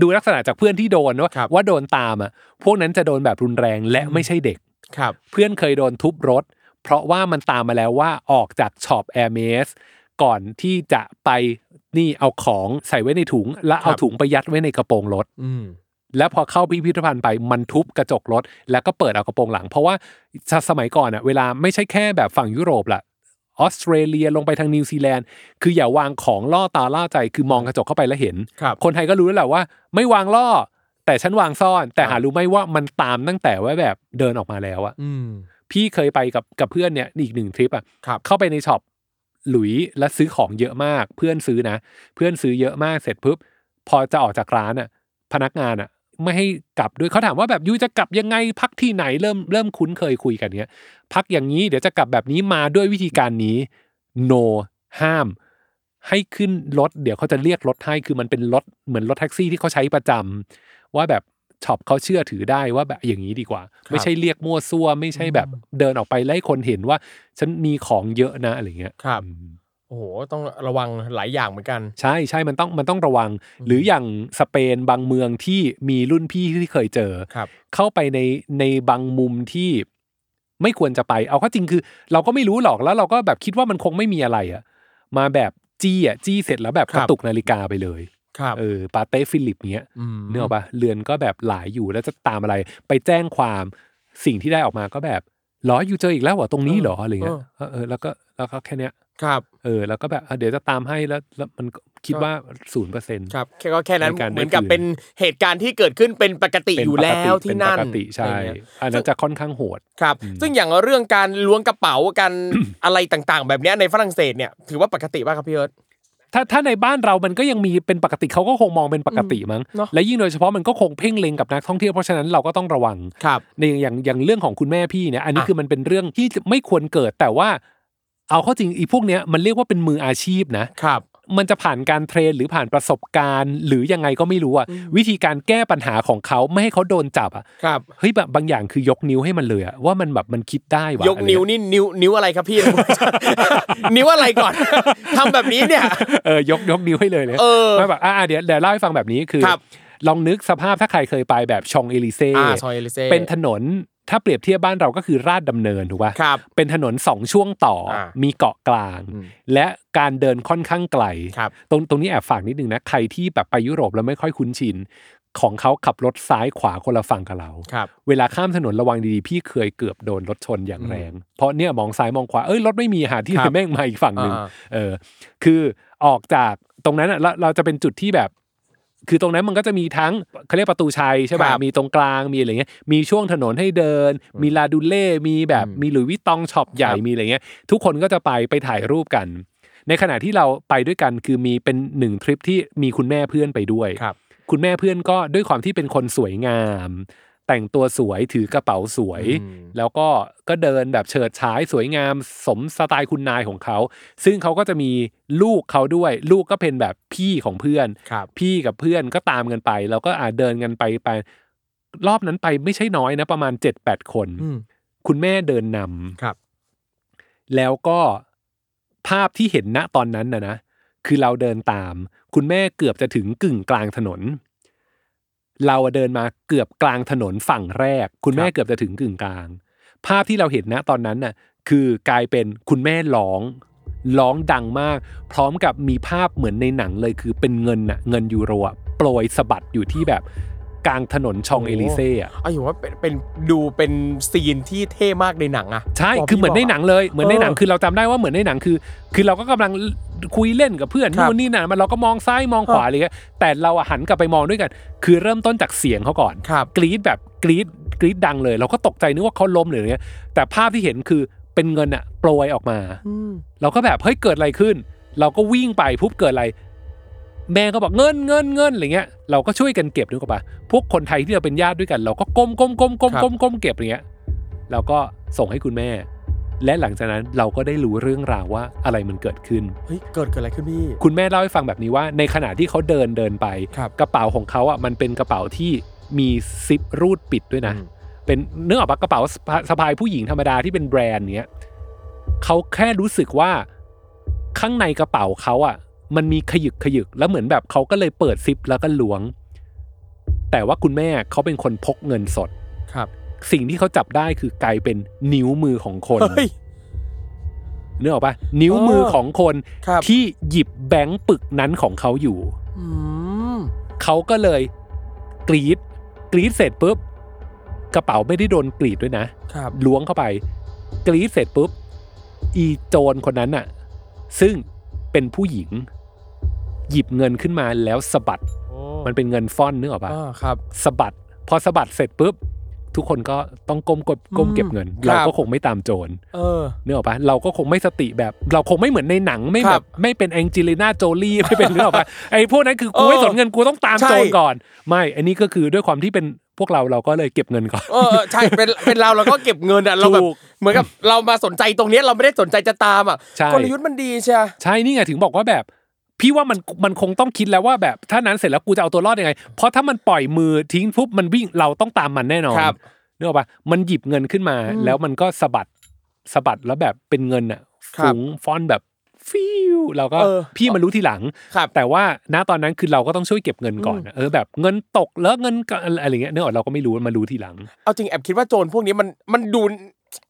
S3: ดูลักษณะจากเพื่อนที่โดนว่า
S2: ครับ
S3: ว่าโดนตามอ่ะพวกนั้นจะโดนแบบรุนแรงและไม่ใช่เด็ก
S2: ครับ
S3: เพื่อนเคยโดนทุบรถ เพราะว่ามันตามมาแล้วว่าออกจากช็อปแอร์เมสก่อนที่จะไปนี่เอาของใส่ไว้ในถุง แล้วเอา
S2: ครับ
S3: ถุงไปยัดไว้ในกระโปรงรถ
S2: อืม
S3: แล้วพอเข้าพิพิธภัณฑ์ไปมันทุบกระจกรถ แล้วก็เปิดเอากระโปรงหลัง เพราะว่าสสมัยก่อนอ่ะเวลาไม่ใช่แค่แบบฝั่งยุโรปละออสเตรเลียลงไปทางนิวซีแลนด์คืออย่าวางของล่อตาล่อใจคือมองกระจกเข้าไปแล้วเห็น
S2: ครับ
S3: คนไทยก็รู้แล้วแหละว่า ไม่วางล่อ แต่ฉันวางซ่อน แต่หารู้ไหมว่ามันตามตั้งแต่ว่าแบบเดินออกมาแล้วอะ
S2: อืม
S3: พี่เคยไปกับกับเพื่อนเนี่ยอีกหนึ่งทริปอะ
S2: ครับ
S3: เข้าไปในช็อปหลุยแล้วซื้อของเยอะมาก เพื่อนซื้อนะเพื่อนซื้อเยอะมากเสร็จปุ๊บพอจะออกจากร้านอะพนักงานอะไม่ให้กลับด้วยเขาถามว่าแบบยูจะกลับยังไงพักที่ไหนเริ่มเริ่มคุ้นเคยคุยกันเนี้ยพักอย่างนี้เดี๋ยวจะกลับแบบนี้มาด้วยวิธีการนี้ no ห้าม ให้ขึ้นรถเดี๋ยวเขาจะเรียกรถให้คือมันเป็นรถเหมือนรถแท็กซี่ที่เขาใช้ประจำว่าแบบช็อปเขาเชื่อถือได้ว่าแบบอย่างนี้ดีกว่า ไม่ใช่เรียกมั่วซั่ว ไม่ใช่แบบเดินออกไปไล่คนเห็นว่า ฉันมีของเยอะนะอะไรเงี้ย
S2: ครับ
S3: อืม
S2: โอ้โห ต้องระวังหลายอย่างเหมือนกัน
S3: ใช่ใช่มันต้องมันต้องระวัง หรืออย่างสเปนบางเมืองที่มีรุ่นพี่ที่เคยเจอ
S2: ครับ
S3: เข้าไปในในบางมุมที่ไม่ควรจะไป เอาเข้าจริงคือ เราก็ไม่รู้หรอกแล้วเราก็แบบคิดว่ามันคงไม่มีอะไรอะมาแบบจี้อะจี้เสร็จแล้วแบบ
S2: ค
S3: ก
S2: รับ
S3: ระตุกนาฬิกาไปเลย
S2: ครับ
S3: เออปาเต้ฟิลิปเนี้ย
S2: ม
S3: เนื้ออกปะเรือนก็แบบหลายอยู่แล้วจะตามอะไร ไปแจ้งความสิ่งที่ได้ออกมาก็แบบหรออยู่เจออีกแล้วเหรอตรงนี้เหรออะไรเงี้ยเออเออแล้วก็แล้วก็แค่เนี้ย
S2: ครับ
S3: เออแล้วก็แบบอ่ะเดี๋ยวจะตามให้แล้วแล้วมันก็คิดว่าศูนย์เปอร์เซ็นต์
S2: ครับแค่ก็แค่นั้น
S3: ในการได้
S2: เหมือนกับ
S3: คืน
S2: เป็นเหตุการณ์ที่เกิดขึ้นเป็นปกติอยู่แล้วที่นั่น
S3: ปกติใช่
S2: อะไรเงี้ย
S3: อันนั้นจะค่อนข้างโหด
S2: ครับ ซึ่งอย่างเรื่องการล้วงกระ
S3: [COUGHS]
S2: เป๋ากัน อะไรต่างๆ แบบเนี้ยในฝรั่งเศสเนี่ยถือว่าปกติป่ะครับพี่เอิร์ธ
S3: ถ้าถ้าในบ้านเรามันก็ยังมีเป็นปกติเขาก็คงมองเป็นปกติมั้ง
S2: เนอะ
S3: และยิ่งโดยเฉพาะมันก็คงเพ่งเล็งกับนักท่องเที่ยวเพราะฉะนั้นเราก็ต้องระวัง
S2: ครับ
S3: ในอย่างอย่างอย่างเรื่องของคุณแม่พี่เนี่ยอันนี้
S2: อ่ะ
S3: คือมันเป็นเรื่องที่ไม่ควรเกิดแต่ว่า เอาเข้าจริงอีพวกเนี้ยมันเรียกว่าเป็นมืออาชีพนะ
S2: ครับ
S3: มันจะผ่านการเทรนหรือผ่านประสบการณ์ หรือยังไงก็ไม่รู้อะวิธีการแก้ปัญหาของเขาไม่ให้เขาโดนจับอะ
S2: ครับ
S3: เฮ้ยแบบบางอย่างคือยกนิ้วให้มันเลยอะว่ามันแบบมันคิดได้วะ
S2: ยกนิ้ว
S3: อะไรเงี้
S2: นี่นิ้วนิ้วอะไรครับพี่ [LAUGHS] นิ้วอะไรก่อน [LAUGHS] ทำแบบนี้เนี่ย
S3: เออยกยกนิ้วให้เลยเลย
S2: เออ
S3: ไม่แบบอ่าเดี๋ยวเดี๋ยวเล่าให้ฟังแบบนี้คือ
S2: ครับ
S3: ลองนึกสภาพถ้าใครเคยไปแบบชองเอลิเซ่
S2: อ่าซอยเอลิเซ่
S3: เป็นถนนถ้าเปรียบเทียบบ้านเราก็คือราดดำเนินถูกป่ะ
S2: ครับ
S3: เป็นถนนสองช่วงต่ออา
S2: มี
S3: มีเกาะกลาง
S2: อืม
S3: และการเดินค่อนข้างไกล
S2: ครับ
S3: ตรงตรงนี้แอบฝากนิดนึงนะ ใครที่แบบไปยุโรปแล้วไม่ค่อยคุ้นชิน ของเขาขับรถซ้ายขวาคนละฝั่งกับเรา
S2: ครับ
S3: เวลาข้ามถนนระวังดีๆ พี่เคยเกือบโดนรถชนอย่างแรง เพราะเนี่ยมองซ้ายมองขวา เอ้ยรถไม่มีหาที่ไหน
S2: ครับ
S3: แม่งมาอีกฝั่งหนึ่ง
S2: อ่า
S3: เออ คือออกจากตรงนั้นอ่ะเราเราจะเป็นจุดที่แบบ คือตรงนั้นมันก็จะมีทั้งเขาเรียกประตูชัยใช่ป่ะ
S2: ครับ
S3: มีตรงกลาง มีอะไรเงี้ย มีช่วงถนนให้เดิน มีลาดูเล่ มีแบบมีหลุยส์วิตตองช็อปใหญ่
S2: ครับ
S3: มีอะไรเงี้ย ทุกคนก็จะไปไปถ่ายรูปกัน ในขณะที่เราไปด้วยกันคือมีเป็นหนึ่งทริปที่มีคุณแม่เพื่อนไปด้วย
S2: ครับ
S3: คุณแม่เพื่อนก็ด้วยความที่เป็นคนสวยงาม แต่งตัวสวยถือกระเป๋าสวย
S2: อืม
S3: แล้วก็ก็เดินแบบเฉิดฉายสวยงามสมสไตล์คุณนายของเขา ซึ่งเขาก็จะมีลูกเขาด้วย ลูกก็เป็นแบบพี่ของเพื่อน
S2: ครับ
S3: พี่กับเพื่อนก็ตามกันไป แล้วก็อาเดินกันไปไป รอบนั้นไปไม่ใช่น้อยนะประมาณ 7-8 คน
S2: อืม
S3: คุณแม่เดินนำ
S2: ครับ
S3: แล้วก็ภาพที่เห็นณตอนนั้นนะนะ คือเราเดินตาม คุณแม่เกือบจะถึงกึ่งกลางถนน เราอะเดินมาเกือบกลางถนนฝั่งแรก คุณแม่เกือบจะถึงกึ่งกลาง ภาพที่เราเห็นณตอนนั้นน่ะ คือกลายเป็นคุณแม่ร้อง ร้องดังมาก พร้อมกับมีภาพเหมือนในหนังเลยคือเป็นเงินน่ะเงินยูโรอะโปรยสะบัดอยู่ที่แบบกลางถนนชองเอลิเซ่อะ
S2: เอาอยู่ว่าเป็นเป็นดูเป็นซีนที่เท่มากในหนังอะ
S3: ใช่
S2: บก
S3: คือเหมือนใน
S2: พี่บกะ
S3: หนังเลย เหมือนในหนัง
S2: เออ
S3: คือเราจำได้ว่าเหมือนในหนังคือ คือเราก็กำลังคุยเล่นกับเพื่อน
S2: ครับ
S3: นู่นนี่นั่นมันเราก็มองซ้ายมองขวาอะไรเงี้ย แต่เราอะหันกลับไปมองด้วยกัน คือเริ่มต้นจากเสียงเขาก่อน
S2: ครับ
S3: กรี๊ดแบบกรี๊ดกรี๊ดดังเลย เราก็ตกใจนึกว่าเขาล้มหรืออะไรเงี้ย แต่ภาพที่เห็นคือเป็นเงินอะโปรยออกมา
S2: อืม
S3: เราก็แบบเฮ้ยเกิดอะไรขึ้น เราก็วิ่งไปปุ๊บเกิดอะไร แม่ก็บอกเงินเงินเงินอะไรเงี้ยเราก็ช่วยกันเก็บนึกออกปะพวกคนไทยที่เราเป็นญาติด้วยกัน เราก็ก้มก้มก้มก้ม
S2: ครับ
S3: ก้มก้มเก็บอะไรเงี้ย แล้วก็ส่งให้คุณแม่ และหลังจากนั้นเราก็ได้รู้เรื่องราวว่าอะไรมันเกิดขึ้น
S2: เฮ้ยเกิดเกิดอะไรขึ้นพี่
S3: คุณแม่เล่าให้ฟังแบบนี้ว่า ในขณะที่เขาเดินเดินไป
S2: ครับ
S3: กระเป๋าของเขาอ่ะมันเป็นกระเป๋าที่มีซิปรูดปิดด้วยนะ เป็นเนื้อออกปะกระเป๋าสะพายสะพายผู้หญิงธรรมดาที่เป็นแบรนด์เนี้ยเขาแค่รู้สึกว่าข้างในกระเป๋าเขาอ่ะ มันมีขยึกขยึกแล้วเหมือนแบบเขาก็เลยเปิดซิปแล้วก็ล้วง แต่ว่าคุณแม่เขาเป็นคนพกเงินสด
S2: ครับ
S3: สิ่งที่เขาจับได้คือกลายเป็นนิ้วมือของคน
S2: เฮ้ย
S3: เนื้อออกปะนิ้วมือของคน
S2: ครับ
S3: ที่หยิบแบงค์ปึกนั้นของเขาอยู่
S2: อืม
S3: เขาก็เลยกรีดกรีดเสร็จปุ๊บ กระเป๋าไม่ได้โดนกรีดด้วยนะ
S2: ครับ
S3: ล้วงเข้าไป กรีดเสร็จปุ๊บ อีโจรคนนั้นน่ะ ซึ่งเป็นผู้หญิง หยิบเงินขึ้นมาแล้วสะบัด มันเป็นเงินฟ่อนนึกออกปะ
S2: อ่าครับ
S3: สะบัด พอสะบัดเสร็จปุ๊บ ทุกคนก็ต้องก้มกดก้มเก็บเงิน
S2: ครับ
S3: เราก็คงไม่ตามโจร
S2: เออ
S3: เนื้ออกปะเราก็คงไม่สติแบบ เราคงไม่เหมือนในหนังไม่
S2: ค
S3: แบ
S2: รั
S3: บบ ไม่เป็นแองเจลิน่าโจลี่ไม่เป็นเนื้อออกปะไอ้พวกนั้นคือกู
S2: เออ
S3: ไม่สนเงินกูต้องตาม
S2: ใช่
S3: โจรก่อน ไม่อันนี้ก็คือด้วยความที่เป็นพวกเราเราก็เลยเก็บเงินก่อน
S2: เออเออใช่เป็นเป็นเราเราก็เก็บเงินอ่ะเราแบบ
S3: ถูก
S2: เหมือนกับเรามาสนใจตรงเนี้ยเราไม่ได้สนใจจะตามอ่ะ
S3: ใช่
S2: กลยุทธ์มันดีใช่ไหม
S3: ใช่ นี่ไงถึงบอกว่าแบบ พี่ว่ามันมันคงต้องคิดแล้วว่าแบบถ้านั้นเสร็จแล้วกูจะเอาตัวรอดยังไง เพราะถ้ามันปล่อยมือทิ้งปุ๊บมันวิ่งเราต้องตามมันแน่นอน
S2: ครับ
S3: นึกออกปะมันหยิบเงินขึ้นมา
S2: อืม
S3: แล้วมันก็สะบัดสะบัดแล้วแบบเป็นเงินอะ
S2: ครับ
S3: ฝูงฟอนต์แบบฟิวเราก็
S2: เออ
S3: พี่มารู้ทีหลัง
S2: ครับ
S3: แต่ว่าณตอนนั้นคือเราก็ต้องช่วยเก็บเงินก่อนอะเออแบบเงินตกแล้วเงินก็อะไรเงี้ยเนกอะเราก็ไม่รู้มารู้ทีหลัง
S2: เอาจริงแอบคิดว่าโจรพวกนี้มันมันดู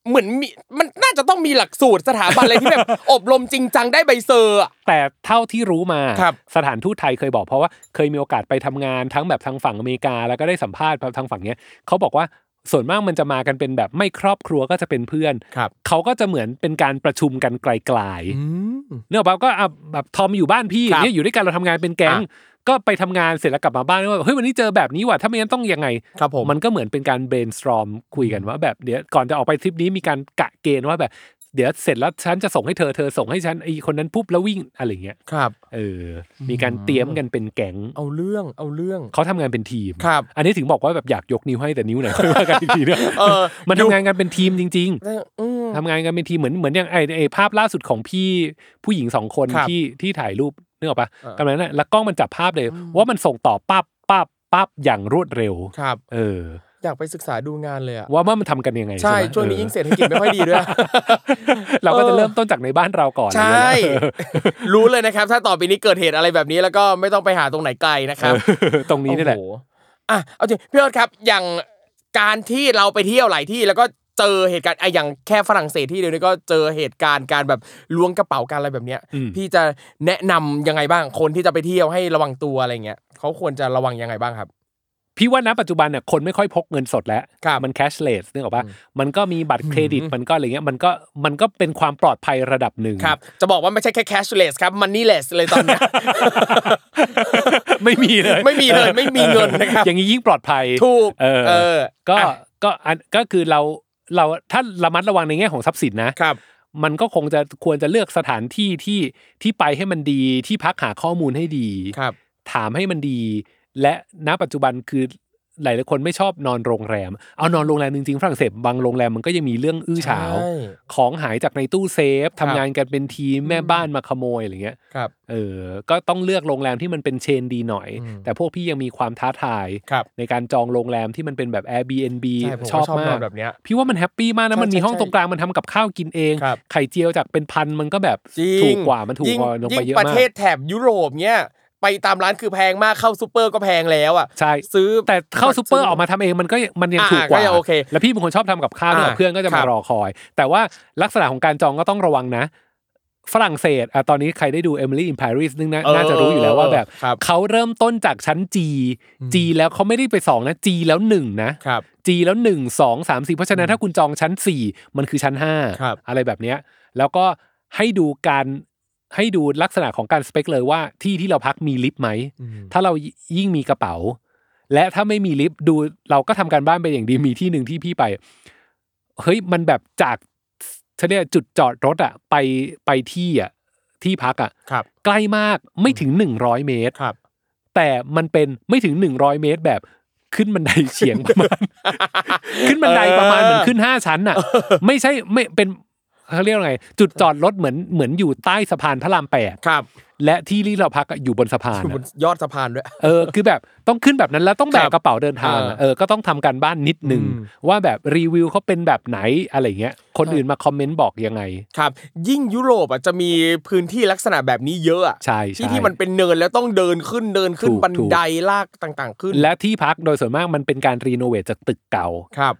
S2: เหมือนมีมันน่าจะต้องมีหลักสูตรสถาบันอะไรที่แบบ อบรมจริงจังได้ใบเซอร์อะ
S3: แต่เท่าที่รู้มา
S2: ครับ
S3: สถานทูตไทยเคยบอกเพราะว่าเคยมีโอกาสไปทำงานทั้งแบบทางฝั่งอเมริกาแล้วก็ได้สัมภาษณ์ทางฝั่งเนี้ยเขาบอกว่าส่วนมากมันจะมากันเป็นแบบไม่ครอบครัวก็จะเป็นเพื่อน
S2: ครับ
S3: เขาก็จะเหมือนเป็นการประชุมกันไกลๆเนกอะแบบก็อ่ะแบบทอมอยู่บ้านพี่
S2: ครับ
S3: เนี่ยอยู่ด้วยกันเราทำงานเป็นแก๊งก็ไปทำงานเสร็จแล้วกลับมาบ้านแล้วว่าเฮ้ยวันนี้เจอแบบนี้ว่ะถ้าไม่งั้นต้องยังไง
S2: ครับผม
S3: มันก็เหมือนเป็นการ brainstorm คุยกันว่าแบบเดี๋ยวก่อนจะออกไปทริปนี้มีการกะเกณฑ์ว่าแบบ เดี๋ยวเสร็จแล้วฉันจะส่งให้เธอเธอส่งให้ฉันไอคนนั้นปุ๊บแล้ววิ่งอะไรอย่างเงี้ย
S2: ครับ
S3: เออ มีการเตรียมกันเป็นแก๊ง
S2: เอาเรื่องเอาเรื่อง
S3: เขาทำงานเป็นทีม
S2: ครับ
S3: อันนี้ถึงบอกว่าแบบอยากยกนิ้วให้แต่นิ้วไหน [LAUGHS] ค่อยว่ากันอีกทีเนี่ย
S2: เออ
S3: มันทำงานกันเป็นทีมจริง
S2: แต่อืม
S3: ๆทำงานกันเป็นทีมเหมือนเหมือนอย่างไอไอภาพล่าสุดของพี่ผู้หญิงสองคน
S2: ครับ
S3: ที่ที่ถ่ายรูปนึกออกปะ
S2: เออ
S3: กำลังนั่นนะแล้วกล้องมันจับภาพเลย ว่ามันส่งต่อปั๊บปั๊บปั๊บอย่างรวดเร็ว
S2: ครับ
S3: เออ
S2: อยากไปศึกษาดูงานเลยอ่ะ
S3: ว่าว่ามันทำกันยังไง
S2: ใช่
S3: ไหม
S2: ช่วงนี้
S3: เออ
S2: ยิ่งเศรษฐกิจไม่ค่อยดีด้วย
S3: [LAUGHS] เราก็จะ
S2: เออ
S3: เริ่มต้นจากในบ้านเราก่อน [LAUGHS]
S2: ใช่
S3: อะไรอย่างเงี้ยนะ
S2: รู้เลยนะครับ ถ้าต่อไปนี้เกิดเหตุอะไรแบบนี้แล้วก็ไม่ต้องไปหาตรงไหนไกลนะค
S3: เอ
S2: รับ
S3: อตรงนี้นี่แหละ
S2: โอ้โอ่ะเอาจริงพี่โอ๊ตครับอย่างการที่เราไปเที่ยวหลายที่แล้วก็เจอเหตุการณ์ไอะอย่างแค่ฝรั่งเศสที่เดียวนี่ก็เจอเหตุการณ์การแบบล้วงกระเป๋าการอะไรแบบเนี้ย
S3: อืม
S2: พี่จะแนะนำยังไงบ้างคนที่จะไปเที่ยวให้ระวังตัวอะไรเงี้ยเขาควรจะระวังยังไงบ้างครับ
S3: พี่ว่าณปัจจุบันเนี่ยคนไม่ค่อยพกเงินสดแล้ว
S2: ครับ
S3: มันแคชเลสนึกออกปะมันก็มีบัตรเครดิต มันก็อะไรเงี้ย มันก็มันก็เป็นความปลอดภัยระดับหนึ่ง
S2: ครับ จะบอกว่าไม่ใช่แค่ cashless ครับ moneyless เลยตอนเนี้ย
S3: [LAUGHS] ไม่มีเลย
S2: ไม่มีเลยไม่มีเงินนะครับ
S3: อย่างนี้ยิ่งปลอดภัย
S2: ถูก
S3: เออ
S2: เออ
S3: ก็
S2: อ่ะ
S3: ก็อันก็คือเราเราถ้าระมัดระวังในแง่ของทรัพย์สินนะ
S2: ครับ
S3: มันก็คงจะควรจะเลือกสถานที่ที่ที่ไปให้มันดีที่พักหาข้อมูลให้ดี
S2: ครับ
S3: ถามให้มันดี และณปัจจุบันคือหลายหลายๆคนไม่ชอบนอนโรงแรม เอานอนโรงแรมจริงๆฝรั่งเศสบางโรงแรมมันก็ยังมีเรื่องอื้อฉาว
S2: ใช่
S3: ของหายจากในตู้เซฟ
S2: ครั
S3: ทำ
S2: บ
S3: งานกันเป็นทีมแม่บ้านมาขโมยอะไรเงี้ย
S2: ครับ
S3: เออก็ต้องเลือกโรงแรมที่มันเป็นเชนดีหน่อย
S2: อืม
S3: แต่พวกพี่ยังมีความท้าทาย
S2: ครับ
S3: ในการจองโรงแรมที่มันเป็นแบบ Airbnb
S2: ใช่ผมก็
S3: ชอบ
S2: น
S3: มาน ก
S2: แบบเนี้ย
S3: พี่ว่ามันแฮปปี้มากนะ
S2: ใช่
S3: มันมีห้อง
S2: ใช่
S3: ตรงกลางมันทำกับข้าวกินเอง
S2: ครับ
S3: ไข่เจียวจากเป็นพันมันก็แบบ
S2: จริง
S3: ถูกกว่ามันถูก
S2: ยิ่ง
S3: กว่าลงไปเย
S2: ยิ่
S3: อะ
S2: งประ
S3: มา
S2: เทศ
S3: ก
S2: แถบยุโรปเนี้ยไปตามร้านคือแพงมากเข้าซูเปอร์ก็แพงแล้วอ่ะ
S3: ใช่
S2: ซื้อ
S3: แต่เข้าซูเปอร์ออกมาทำเองมันก็ยังมันยัง
S2: อ่า
S3: ถูกกว่า
S2: ก็ยังโอเค
S3: แล้วพี่เป็นคนชอบทำกับข้าวเนี่ย
S2: อ่า
S3: เพื่อนก็จะ
S2: ครั
S3: มา
S2: บ
S3: รอคอย แต่ว่าลักษณะของการจองก็ต้องระวังนะ ฝรั่งเศสอ่ะตอนนี้ใครได้ดู Emily in Paris นึงนะ
S2: เออ
S3: น่าจะรู้อยู่แล้วว่าแบบ
S2: ครับ
S3: เขาเริ่มต้นจากชั้น G
S2: อืม
S3: G แล้วเขาไม่ได้ไปสองนะ G แล้วหนึ่งนะ
S2: ครับ
S3: จีแล้วหนึ่งสองสามสี่เพราะฉะนั้นถ้าคุณจองชั้นสี่มันคือชั้นห้า
S2: ครับ
S3: อะไรแบบเนี้ยแล้วก็ให้ดูการให้ดูลักษณะของการสเปคเลยว่าที่ที่เราพักมีลิฟต์ไหม
S2: อืม
S3: ถ้าเรายิ่งมีกระเป๋า และถ้าไม่มีลิฟต์ดูเราก็ทำการบ้านไปอย่างดีมีที่หนึ่งที่พี่ไปเฮ้ยมันแบบจากเขาเรียกจุดจอดรถอะไปไปที่อะที่พักอะ
S2: ครับ
S3: ใกล้มากไม่ถึงหนึ่งร้อยเมตร
S2: ครับ [LAUGHS]
S3: แต่มันเป็นไม่ถึง 100 เมตรแบบ ขึ้นบันไดเฉียงประมาณ ขึ้นบันไดประมาณเหมือนขึ้นห้าชั้นอ่ะ ไม่ใช่ไม่เป็นเขาเรียกว่าไง จุดจอดรถเหมือนเหมือนอยู่ใต้สะพานพระรามแปด
S2: ครับ
S3: และที่ที่เราพักอะอยู่บนสะพาน
S2: อยู่บ
S3: อะ
S2: นยอดสะพานด้วย
S3: เออคือแบบต้องขึ้นแบบนั้นแล้วต้องแบ
S2: ครั
S3: ก
S2: บ
S3: กระเป๋าเดินทางอะ
S2: อ่า
S3: เออก็ต้องทำการบ้านนิดนึง
S2: อืม
S3: ว่าแบบรีวิวเขาเป็นแบบไหนอะไรเงี้ยคนอื่นมาคอมเมนต์บอกยังไง
S2: ครับ ยิ่งยุโรปอ่ะจะมีพื้นที่ลักษณะแบบนี้เยอะอะ
S3: ใช่ใช่
S2: ที่ที่มันเป็นเนินแล้วต้องเดินขึ้นเดินขึ้น
S3: ถูก
S2: บัน
S3: ถูก
S2: ไดลากต่างๆ ขึ้น
S3: และที่พักโดยส่วนมากมันเป็นการรีโนเวทจากตึกเก่า
S2: ครับ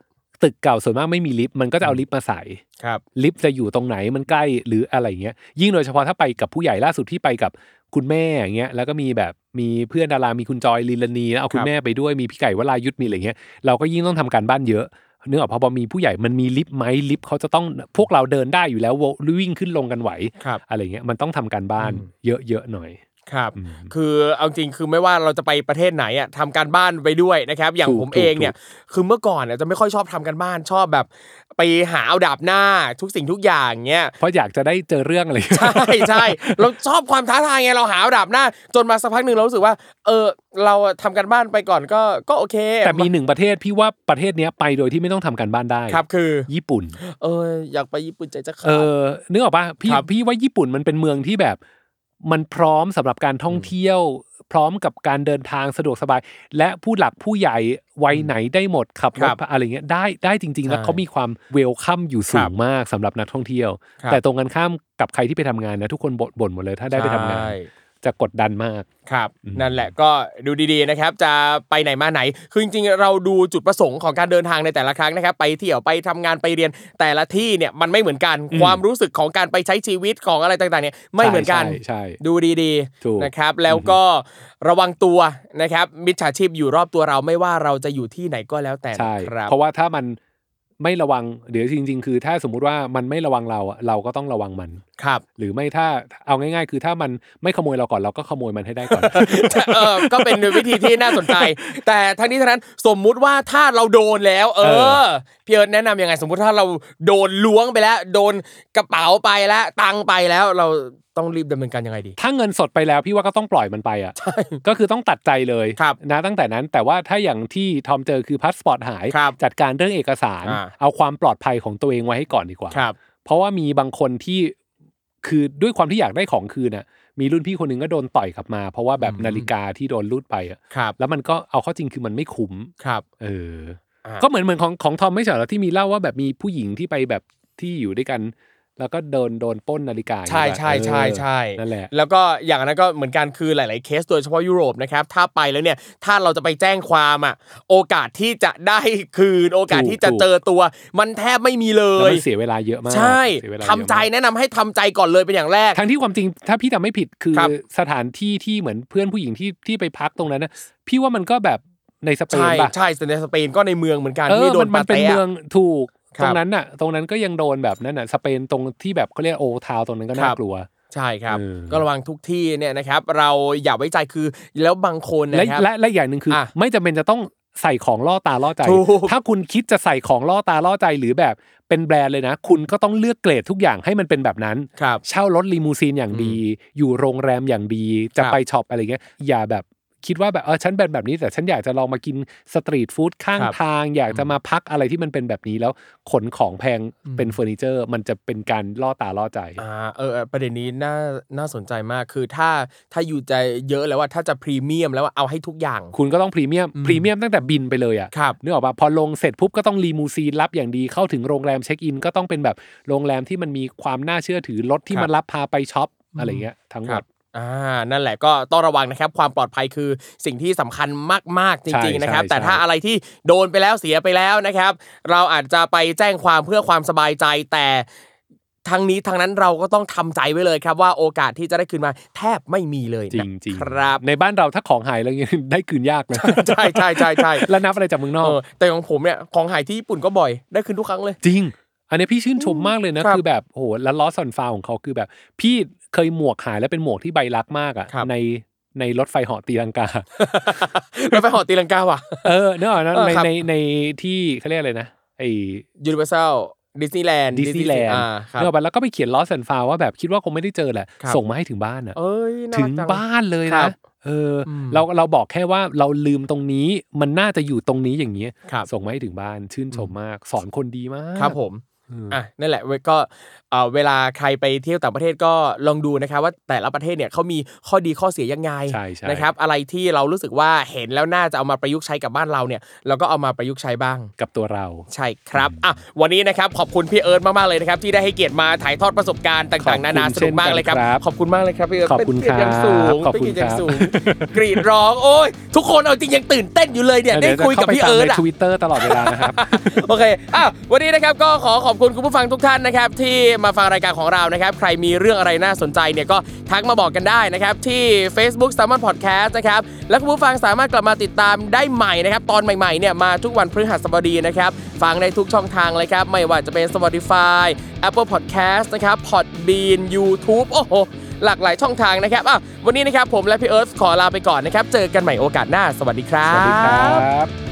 S3: ตึกเก่าส่วนมากไม่มีลิฟต์มันก็จะเอาลิฟต์มาใส่
S2: ครับ
S3: ลิฟต์จะอยู่ตรงไหนมันใกล้หรืออะไรเงี้ยยิ่งโดยเฉพาะถ้าไปกับผู้ใหญ่ล่าสุดที่ไปกับคุณแม่อย่างเงี้ยแล้วก็มีแบบมีเพื่อนดารามีคุณจอยลิลานีแล้วเอาคุ
S2: ครั
S3: ณ
S2: บ
S3: แม่ไปด้วยมีพี่ไก่วรายุทธมีอะไรเงี้ยเราก็ยิ่งต้องทำการบ้านเยอะเนื่องจากพอมีผู้ใหญ่มันมีลิฟต์ไหมลิฟต์เขาจะต้องพวกเราเดินได้อยู่แล้วววิ่งขึ้นลงกันไหว
S2: ครับ
S3: อะไรเงี้ยมันต้องทำการบ้าน
S2: อืม
S3: เยอะๆหน่อย
S2: ครับ
S3: อืม
S2: คือเอาจริงคือไม่ว่าเราจะไปประเทศไหนอ่ะทำการบ้านไปด้วยนะครับ อย่าง
S3: ถูก
S2: ผมเองเนี่ยคือเมื่อก่อนเนี่ยจะไม่ค่อยชอบทำการบ้านชอบแบบ ไปหาเอาดาบหน้าทุกสิ่งทุกอย่างเงี้ย [LAUGHS]
S3: เพราะอยากจะได้เจอเรื่องอะไร
S2: ใช่ใช่เราชอบความท้าทายไงเราหาเอาดาบหน้า จนมาสักพักหนึ่งเรารู้สึกว่า เออ เราทำการบ้านไปก่อนก็ก็โอเค
S3: แต่มีหนึ่งประเทศพี่ว่าประเทศเนี้ยไปโดยที่ไม่ต้องทำการบ้านได้
S2: ครับคือ
S3: ญี่ปุ่น
S2: เอออยากไปญี่ปุ่นใจจะขา
S3: เอ
S2: ด
S3: อนึกออกปะพี่
S2: ครับ
S3: พี่ว่าญี่ปุ่นมันเป็นเมืองที่แบบ มันพร้อมสำหรับการท่องเที่ยว พร้อมกับการเดินทางสะดวกสบาย และผู้หลักผู้ใหญ่วัยไหนได้หมดขับร
S2: ครั
S3: ถ
S2: บ
S3: อะไรเงี้ยได้ได้จริง ๆ แล้ว
S2: ใช่
S3: เขามีความเวลคัมอยู่สู
S2: ครั
S3: ง
S2: บ
S3: มากสำหรับนักท่องเที่ยว
S2: ครับ
S3: แต่ตรงกันข้ามกับใครที่ไปทำงานนะทุกคนบ่นบ่นหมดเลยถ้าได้ไปทำงาน
S2: ใช่
S3: จะกดดันมาก
S2: ครับนั่นแหละก็ดูดีๆนะครับจะไปไหนมาไหนคือจริงๆเราดูจุดประสงค์ของการเดินทางในแต่ละครั้งนะครับ ไปเที่ยวไปทำงานไปเรียนแต่ละที่เนี่ยมันไม่เหมือนกัน
S3: อืม
S2: ความรู้สึกของการไปใช้ชีวิตของอะไรต่างๆเนี่ยไม่เหมือนกัน
S3: ใช่ใช่
S2: ดูดี
S3: ถูก
S2: ๆนะครับแล้วก็ระวังตัวนะครับมิจฉาชีพอยู่รอบตัวเราไม่ว่าเราจะอยู่ที่ไหนก็แล้วแต่
S3: ใช่
S2: นะครับ
S3: เพราะว่าถ้ามันไม่ระวังเดี๋ยวจริง ๆ คือ ถ้าสมมุติว่ามันไม่ระวังเราอะเราก็ต้องระวังมัน
S2: ครับ
S3: หรือไม่ถ้าเอาง่าย ๆ คือถ้ามันไม่ขโมยเราก่อนเราก็ขโมยมันให้ได้
S2: [LAUGHS]
S3: ก่อน
S2: เออก็เป็นวิธีที่น่าสนใจ แต่ทั้งนี้ทั้งนั้นสมมุติว่าถ้าเราโดนแล้ว เอ
S3: เอ
S2: อพี่เอิร์ธแนะนำยังไง สมมุติถ้าเราโดนล้วงไปแล้ว โดนกระเป๋าไปแล้วตังไปแล้วเราต้องรีบดำเนินการยังไงดี
S3: ถ้าเงินสดไปแล้วพี่ว่าก็ต้องปล่อยมันไปอ่ะก็คือต้องตัดใจเลย
S2: ครับ
S3: นะตั้งแต่นั้นแต่ว่าถ้าอย่างที่ทอมเจอคือพาสปอร์ตหาย
S2: ครับ
S3: จัดการเรื่องเอกสาร
S2: อ่า
S3: เอาความปลอดภัยของตัวเองไว้ให้ก่อนดีกว่า
S2: ครับ
S3: เพราะว่ามีบางคนที่คือด้วยความที่อยากได้ของคืนน่ะมีรุ่นพี่คนหนึงก็โดนต่อยกลับมา เพราะว่าแบบ
S2: อืม
S3: นาฬิกาที่โดนรูดไปอ่ะ
S2: ครับ
S3: แล้วมันก็เอาเข้อจริงคือมันไม่คุ้ม
S2: ครับ
S3: เออ
S2: อ่า
S3: ก็เหมือนเหมือนของของทอมไม่ใช่เหรอที่มีเล่าว่าแบบมีผู้หญิงที่ไปแบบที่อยู่ด้วยกัน แล้วก็โดนโดนปล้นนาฬิกาอย่าง
S2: ใช่
S3: เงี้ย
S2: ใช่ใช่ใช่
S3: เออนั่นแหละ
S2: แล้วก็อย่างนั้นก็เหมือนกันคือหลาย ๆ เคสโดยเฉพาะยุโรปนะครับถ้าไปแล้วเนี่ยถ้าเราจะไปแจ้งความอ่ะโอกาสที่จะได้คืนโอกาส
S3: ถูก
S2: ที่จะ
S3: ถูก
S2: เจอตัว มันแทบไม่มีเล
S3: แล้ว
S2: ย
S3: มันเสียเวลาเยอะมาก
S2: ใช่
S3: เสียเวลาเย
S2: ทำ
S3: อะมาก
S2: ใจแนะนำให้ทำใจก่อนเลยเป็นอย่างแรก
S3: ทั้งที่ความจริงถ้าพี่จำไม่ผิดคือ
S2: ครับ
S3: สถานที่ที่เหมือนเพื่อนผู้หญิงที่ที่ไปพักตรงนั้นนะพี่ว่ามันก็แบบในสเปน
S2: ใช่
S3: ป่ะ
S2: ใช่แต่ในสเปนก็ในเมืองเหมือนกัน
S3: เออ
S2: ที่โด
S3: มัน น
S2: ปา
S3: มั
S2: น
S3: เป็น
S2: เตะ
S3: เมืองถูก
S2: ครับ
S3: ตรงนั้นน่ะ ตรงนั้นก็ยังโดนแบบนั้นน่ะสเปนตรงที่แบบเขาเรียกโอทาวตรงนั้นก็
S2: ครั
S3: น่า
S2: บ
S3: กลัว
S2: ใช่ครับ
S3: เออ
S2: ก็ระวังทุกที่เนี่ยนะครับ เราอย่าไว้ใจคือแล้วบางคน
S3: และ
S2: นะครับ
S3: และและอย่างหนึ่งคือ
S2: อ่ะ
S3: ไม่จำเป็นจะต้องใส่ของล่อตาล่อใจ
S2: ถูก
S3: ถ้าคุณคิดจะใส่ของล่อตาล่อใจหรือแบบเป็นแบรนด์เลยนะ คุณก็ต้องเลือกเกรดทุกอย่างให้มันเป็นแบบนั้น
S2: ครับ
S3: เช่ารถลีมูซีนอย่างดี อยู่โรงแรมอย่างดี จะ
S2: ครับ
S3: ไปช็อปอะไรเงี้ยอย่าแบบคิดว่าแบบเออฉันเป็นแบบนี้ แต่ฉันอยากจะลองมากินสตรีทฟู้ดข้างทาง อยากจะมาพักอะไรที่มันเป็นแบบนี้แล้วขนของแพงเป็นเฟอร์นิเจอร์ มันจะเป็นการล่อตาล่อใจ
S2: อ่าเออเออประเด็นนี้น่าน่าสนใจมากคือถ้าถ้าอยู่ใจเยอะแล้วว่าถ้าจะพรีเมียมแล้วว่าเอาให้ทุกอย่าง
S3: คุณก็ต้องพรีเมียม
S2: อืม
S3: พรีเมียมตั้งแต่บินไปเลยอ่ะ
S2: ครับ
S3: นึกออกป่ะพอลงเสร็จปุ๊บก็ต้องรีมูซีนรับอย่างดีเข้าถึงโรงแรมเช็คอิน ก็ต้องเป็นแบบโรงแรมที่มันมีความน่าเชื่อถือรถที่
S2: ครับ
S3: มันรับพาไปช็อป
S2: อืม
S3: อะไรเงี้ยทั้งหมด
S2: อ่านั่นแหละก็ต้องระวังนะครับ ความปลอดภัยคือสิ่งที่สำคัญมากๆจ
S3: ใช่
S2: ริง ๆนะครับ
S3: ใช่
S2: แต่ถ้า
S3: ใช่
S2: อะไรที่โดนไปแล้วเสียไปแล้วนะครับ เราอาจจะไปแจ้งความเพื่อความสบายใจแต่ทั้งนี้ทั้งนั้นเราก็ต้องทำใจไว้เลยครับว่าโอกาสที่จะได้คืนมาแทบไม่มีเลย
S3: จริ
S2: นะ
S3: งจริง
S2: ครับ
S3: ในบ้านเราถ้าของหายอะไรเงี้ย ได้คืนยากเลย
S2: ใช่ใช่ใช่ใช่
S3: แล้วนับอะไรจากเมืองนอก
S2: เออแต่ของผมเนี่ยของหายที่ญี่ปุ่นก็บ่อยได้คืนทุกครั้งเลย [LAUGHS]
S3: จริง อันนี้พี่ชื่นชมมากเลยนะครับ คือแบบโอ้โหแล้วล้อสันฟาของเขาคือแบบ พี่เคยหมวกหายแล้วเป็นหมวกที่ใบรักมากอ่ะ
S2: ครับ
S3: ในในรถไฟเหาะตีลังกา
S2: เราไปหอตีลังกาว่ะ
S3: เออเนกออกนะ
S2: เออ
S3: ใน
S2: ครับ
S3: ในในที่เขาเรียกอะไรนะไอ
S2: ยูนิเวอร์แซลดิสนีย์แลนด์
S3: ดิสนีย์แลนด์
S2: อ่าครั
S3: เนกออบ กปะแล้วก็ไปเขียนลอสแอนฟาวว่าแบบคิดว่าคงไม่ได้เจอแหละ
S2: ครับ
S3: ส่งมาให้ถึงบ้านอ่ะ
S2: เอ้ยน่า
S3: ถึ
S2: รั
S3: ง
S2: กจั
S3: บ้านเลย
S2: ครั
S3: นะ
S2: บ
S3: เ เอออเราเราบอกแค่ว่าเราลืมตรงนี้มันน่าจะอยู่ตรงนี้อย่างเงี้ย
S2: ครับ
S3: ส่งมาให้ถึงบ้านชื่นชมมาก สอนคนดีมาก
S2: ครับผม
S3: อืม
S2: อ่ะนั่นแหละเว้ยก็เอ่อเวลาใครไปเที่ยวต่างประเทศก็ลองดูนะครับ ว่าแต่ละประเทศเนี่ยเขามีข้อดีข้อเสียยังไง
S3: ใช่ใช่
S2: นะครับ อะไรที่เรารู้สึกว่าเห็นแล้วน่าจะเอามาประยุกต์ใช้กับบ้านเราเนี่ยเราก็เอามาประยุกต์ใช้บ้าง
S3: กับตัวเรา
S2: ใช่ครับอ่ะวันนี้นะครับขอบคุณพี่เอิร์ธมากๆเลยนะครับที่ได้ให้เกียรติมาถ่ายทอดประสบการณ์ต่างๆ นานา
S3: ขอบคุ
S2: ส
S3: ณ
S2: นุกมากเลยครับ
S3: เช่นกันครับ
S2: ขอบคุณมากเลยครับพี่เอิร์ธ
S3: ขอบคุณ
S2: เป็นเกียรติอย่างสูง
S3: ครับขอบ
S2: เป็น
S3: คุณ
S2: เกียรติอย่าง
S3: ครับ
S2: สูงกรีดร้องโอ้ยทุกคนเอาจริงยังตื่นเต้นอยู่เลยเนี่ยได้
S3: เวจะ
S2: คุยกับ
S3: ข้าไป
S2: พี่
S3: ตาม
S2: เอิร์ธ
S3: ใน
S2: อะ
S3: ทวิตเตอร์ตลอดเวลานะครับ
S2: โอเคอ่ะวันนี้นะครับก็ขอขอบคุณคุณผู้ฟังทุกท่านนะครับที่มาฟังรายการของเรานะครับ ใครมีเรื่องอะไรน่าสนใจเนี่ยก็ทักมาบอกกันได้นะครับที่ Facebook s a l m o n Podcast นะครับ และคุณผู้ฟังสามารถกลับมาติดตามได้ใหม่นะครับ ตอนใหม่ๆเนี่ยมาทุกวันพฤหัสบดีนะครับ ฟังในทุกช่องทางเลยครับ ไม่ว่าจะเป็น Spotify Apple Podcast นะครับ Podbean YouTube โอ้โห หลากหลายช่องทางนะครับอ่ะวันนี้นะครับผมและพี่เอิร์ธขอลาไปก่อนนะครับ เจอกันใหม่โอกาสหน้า สวัสดีครั
S3: สวัสดีครับ บ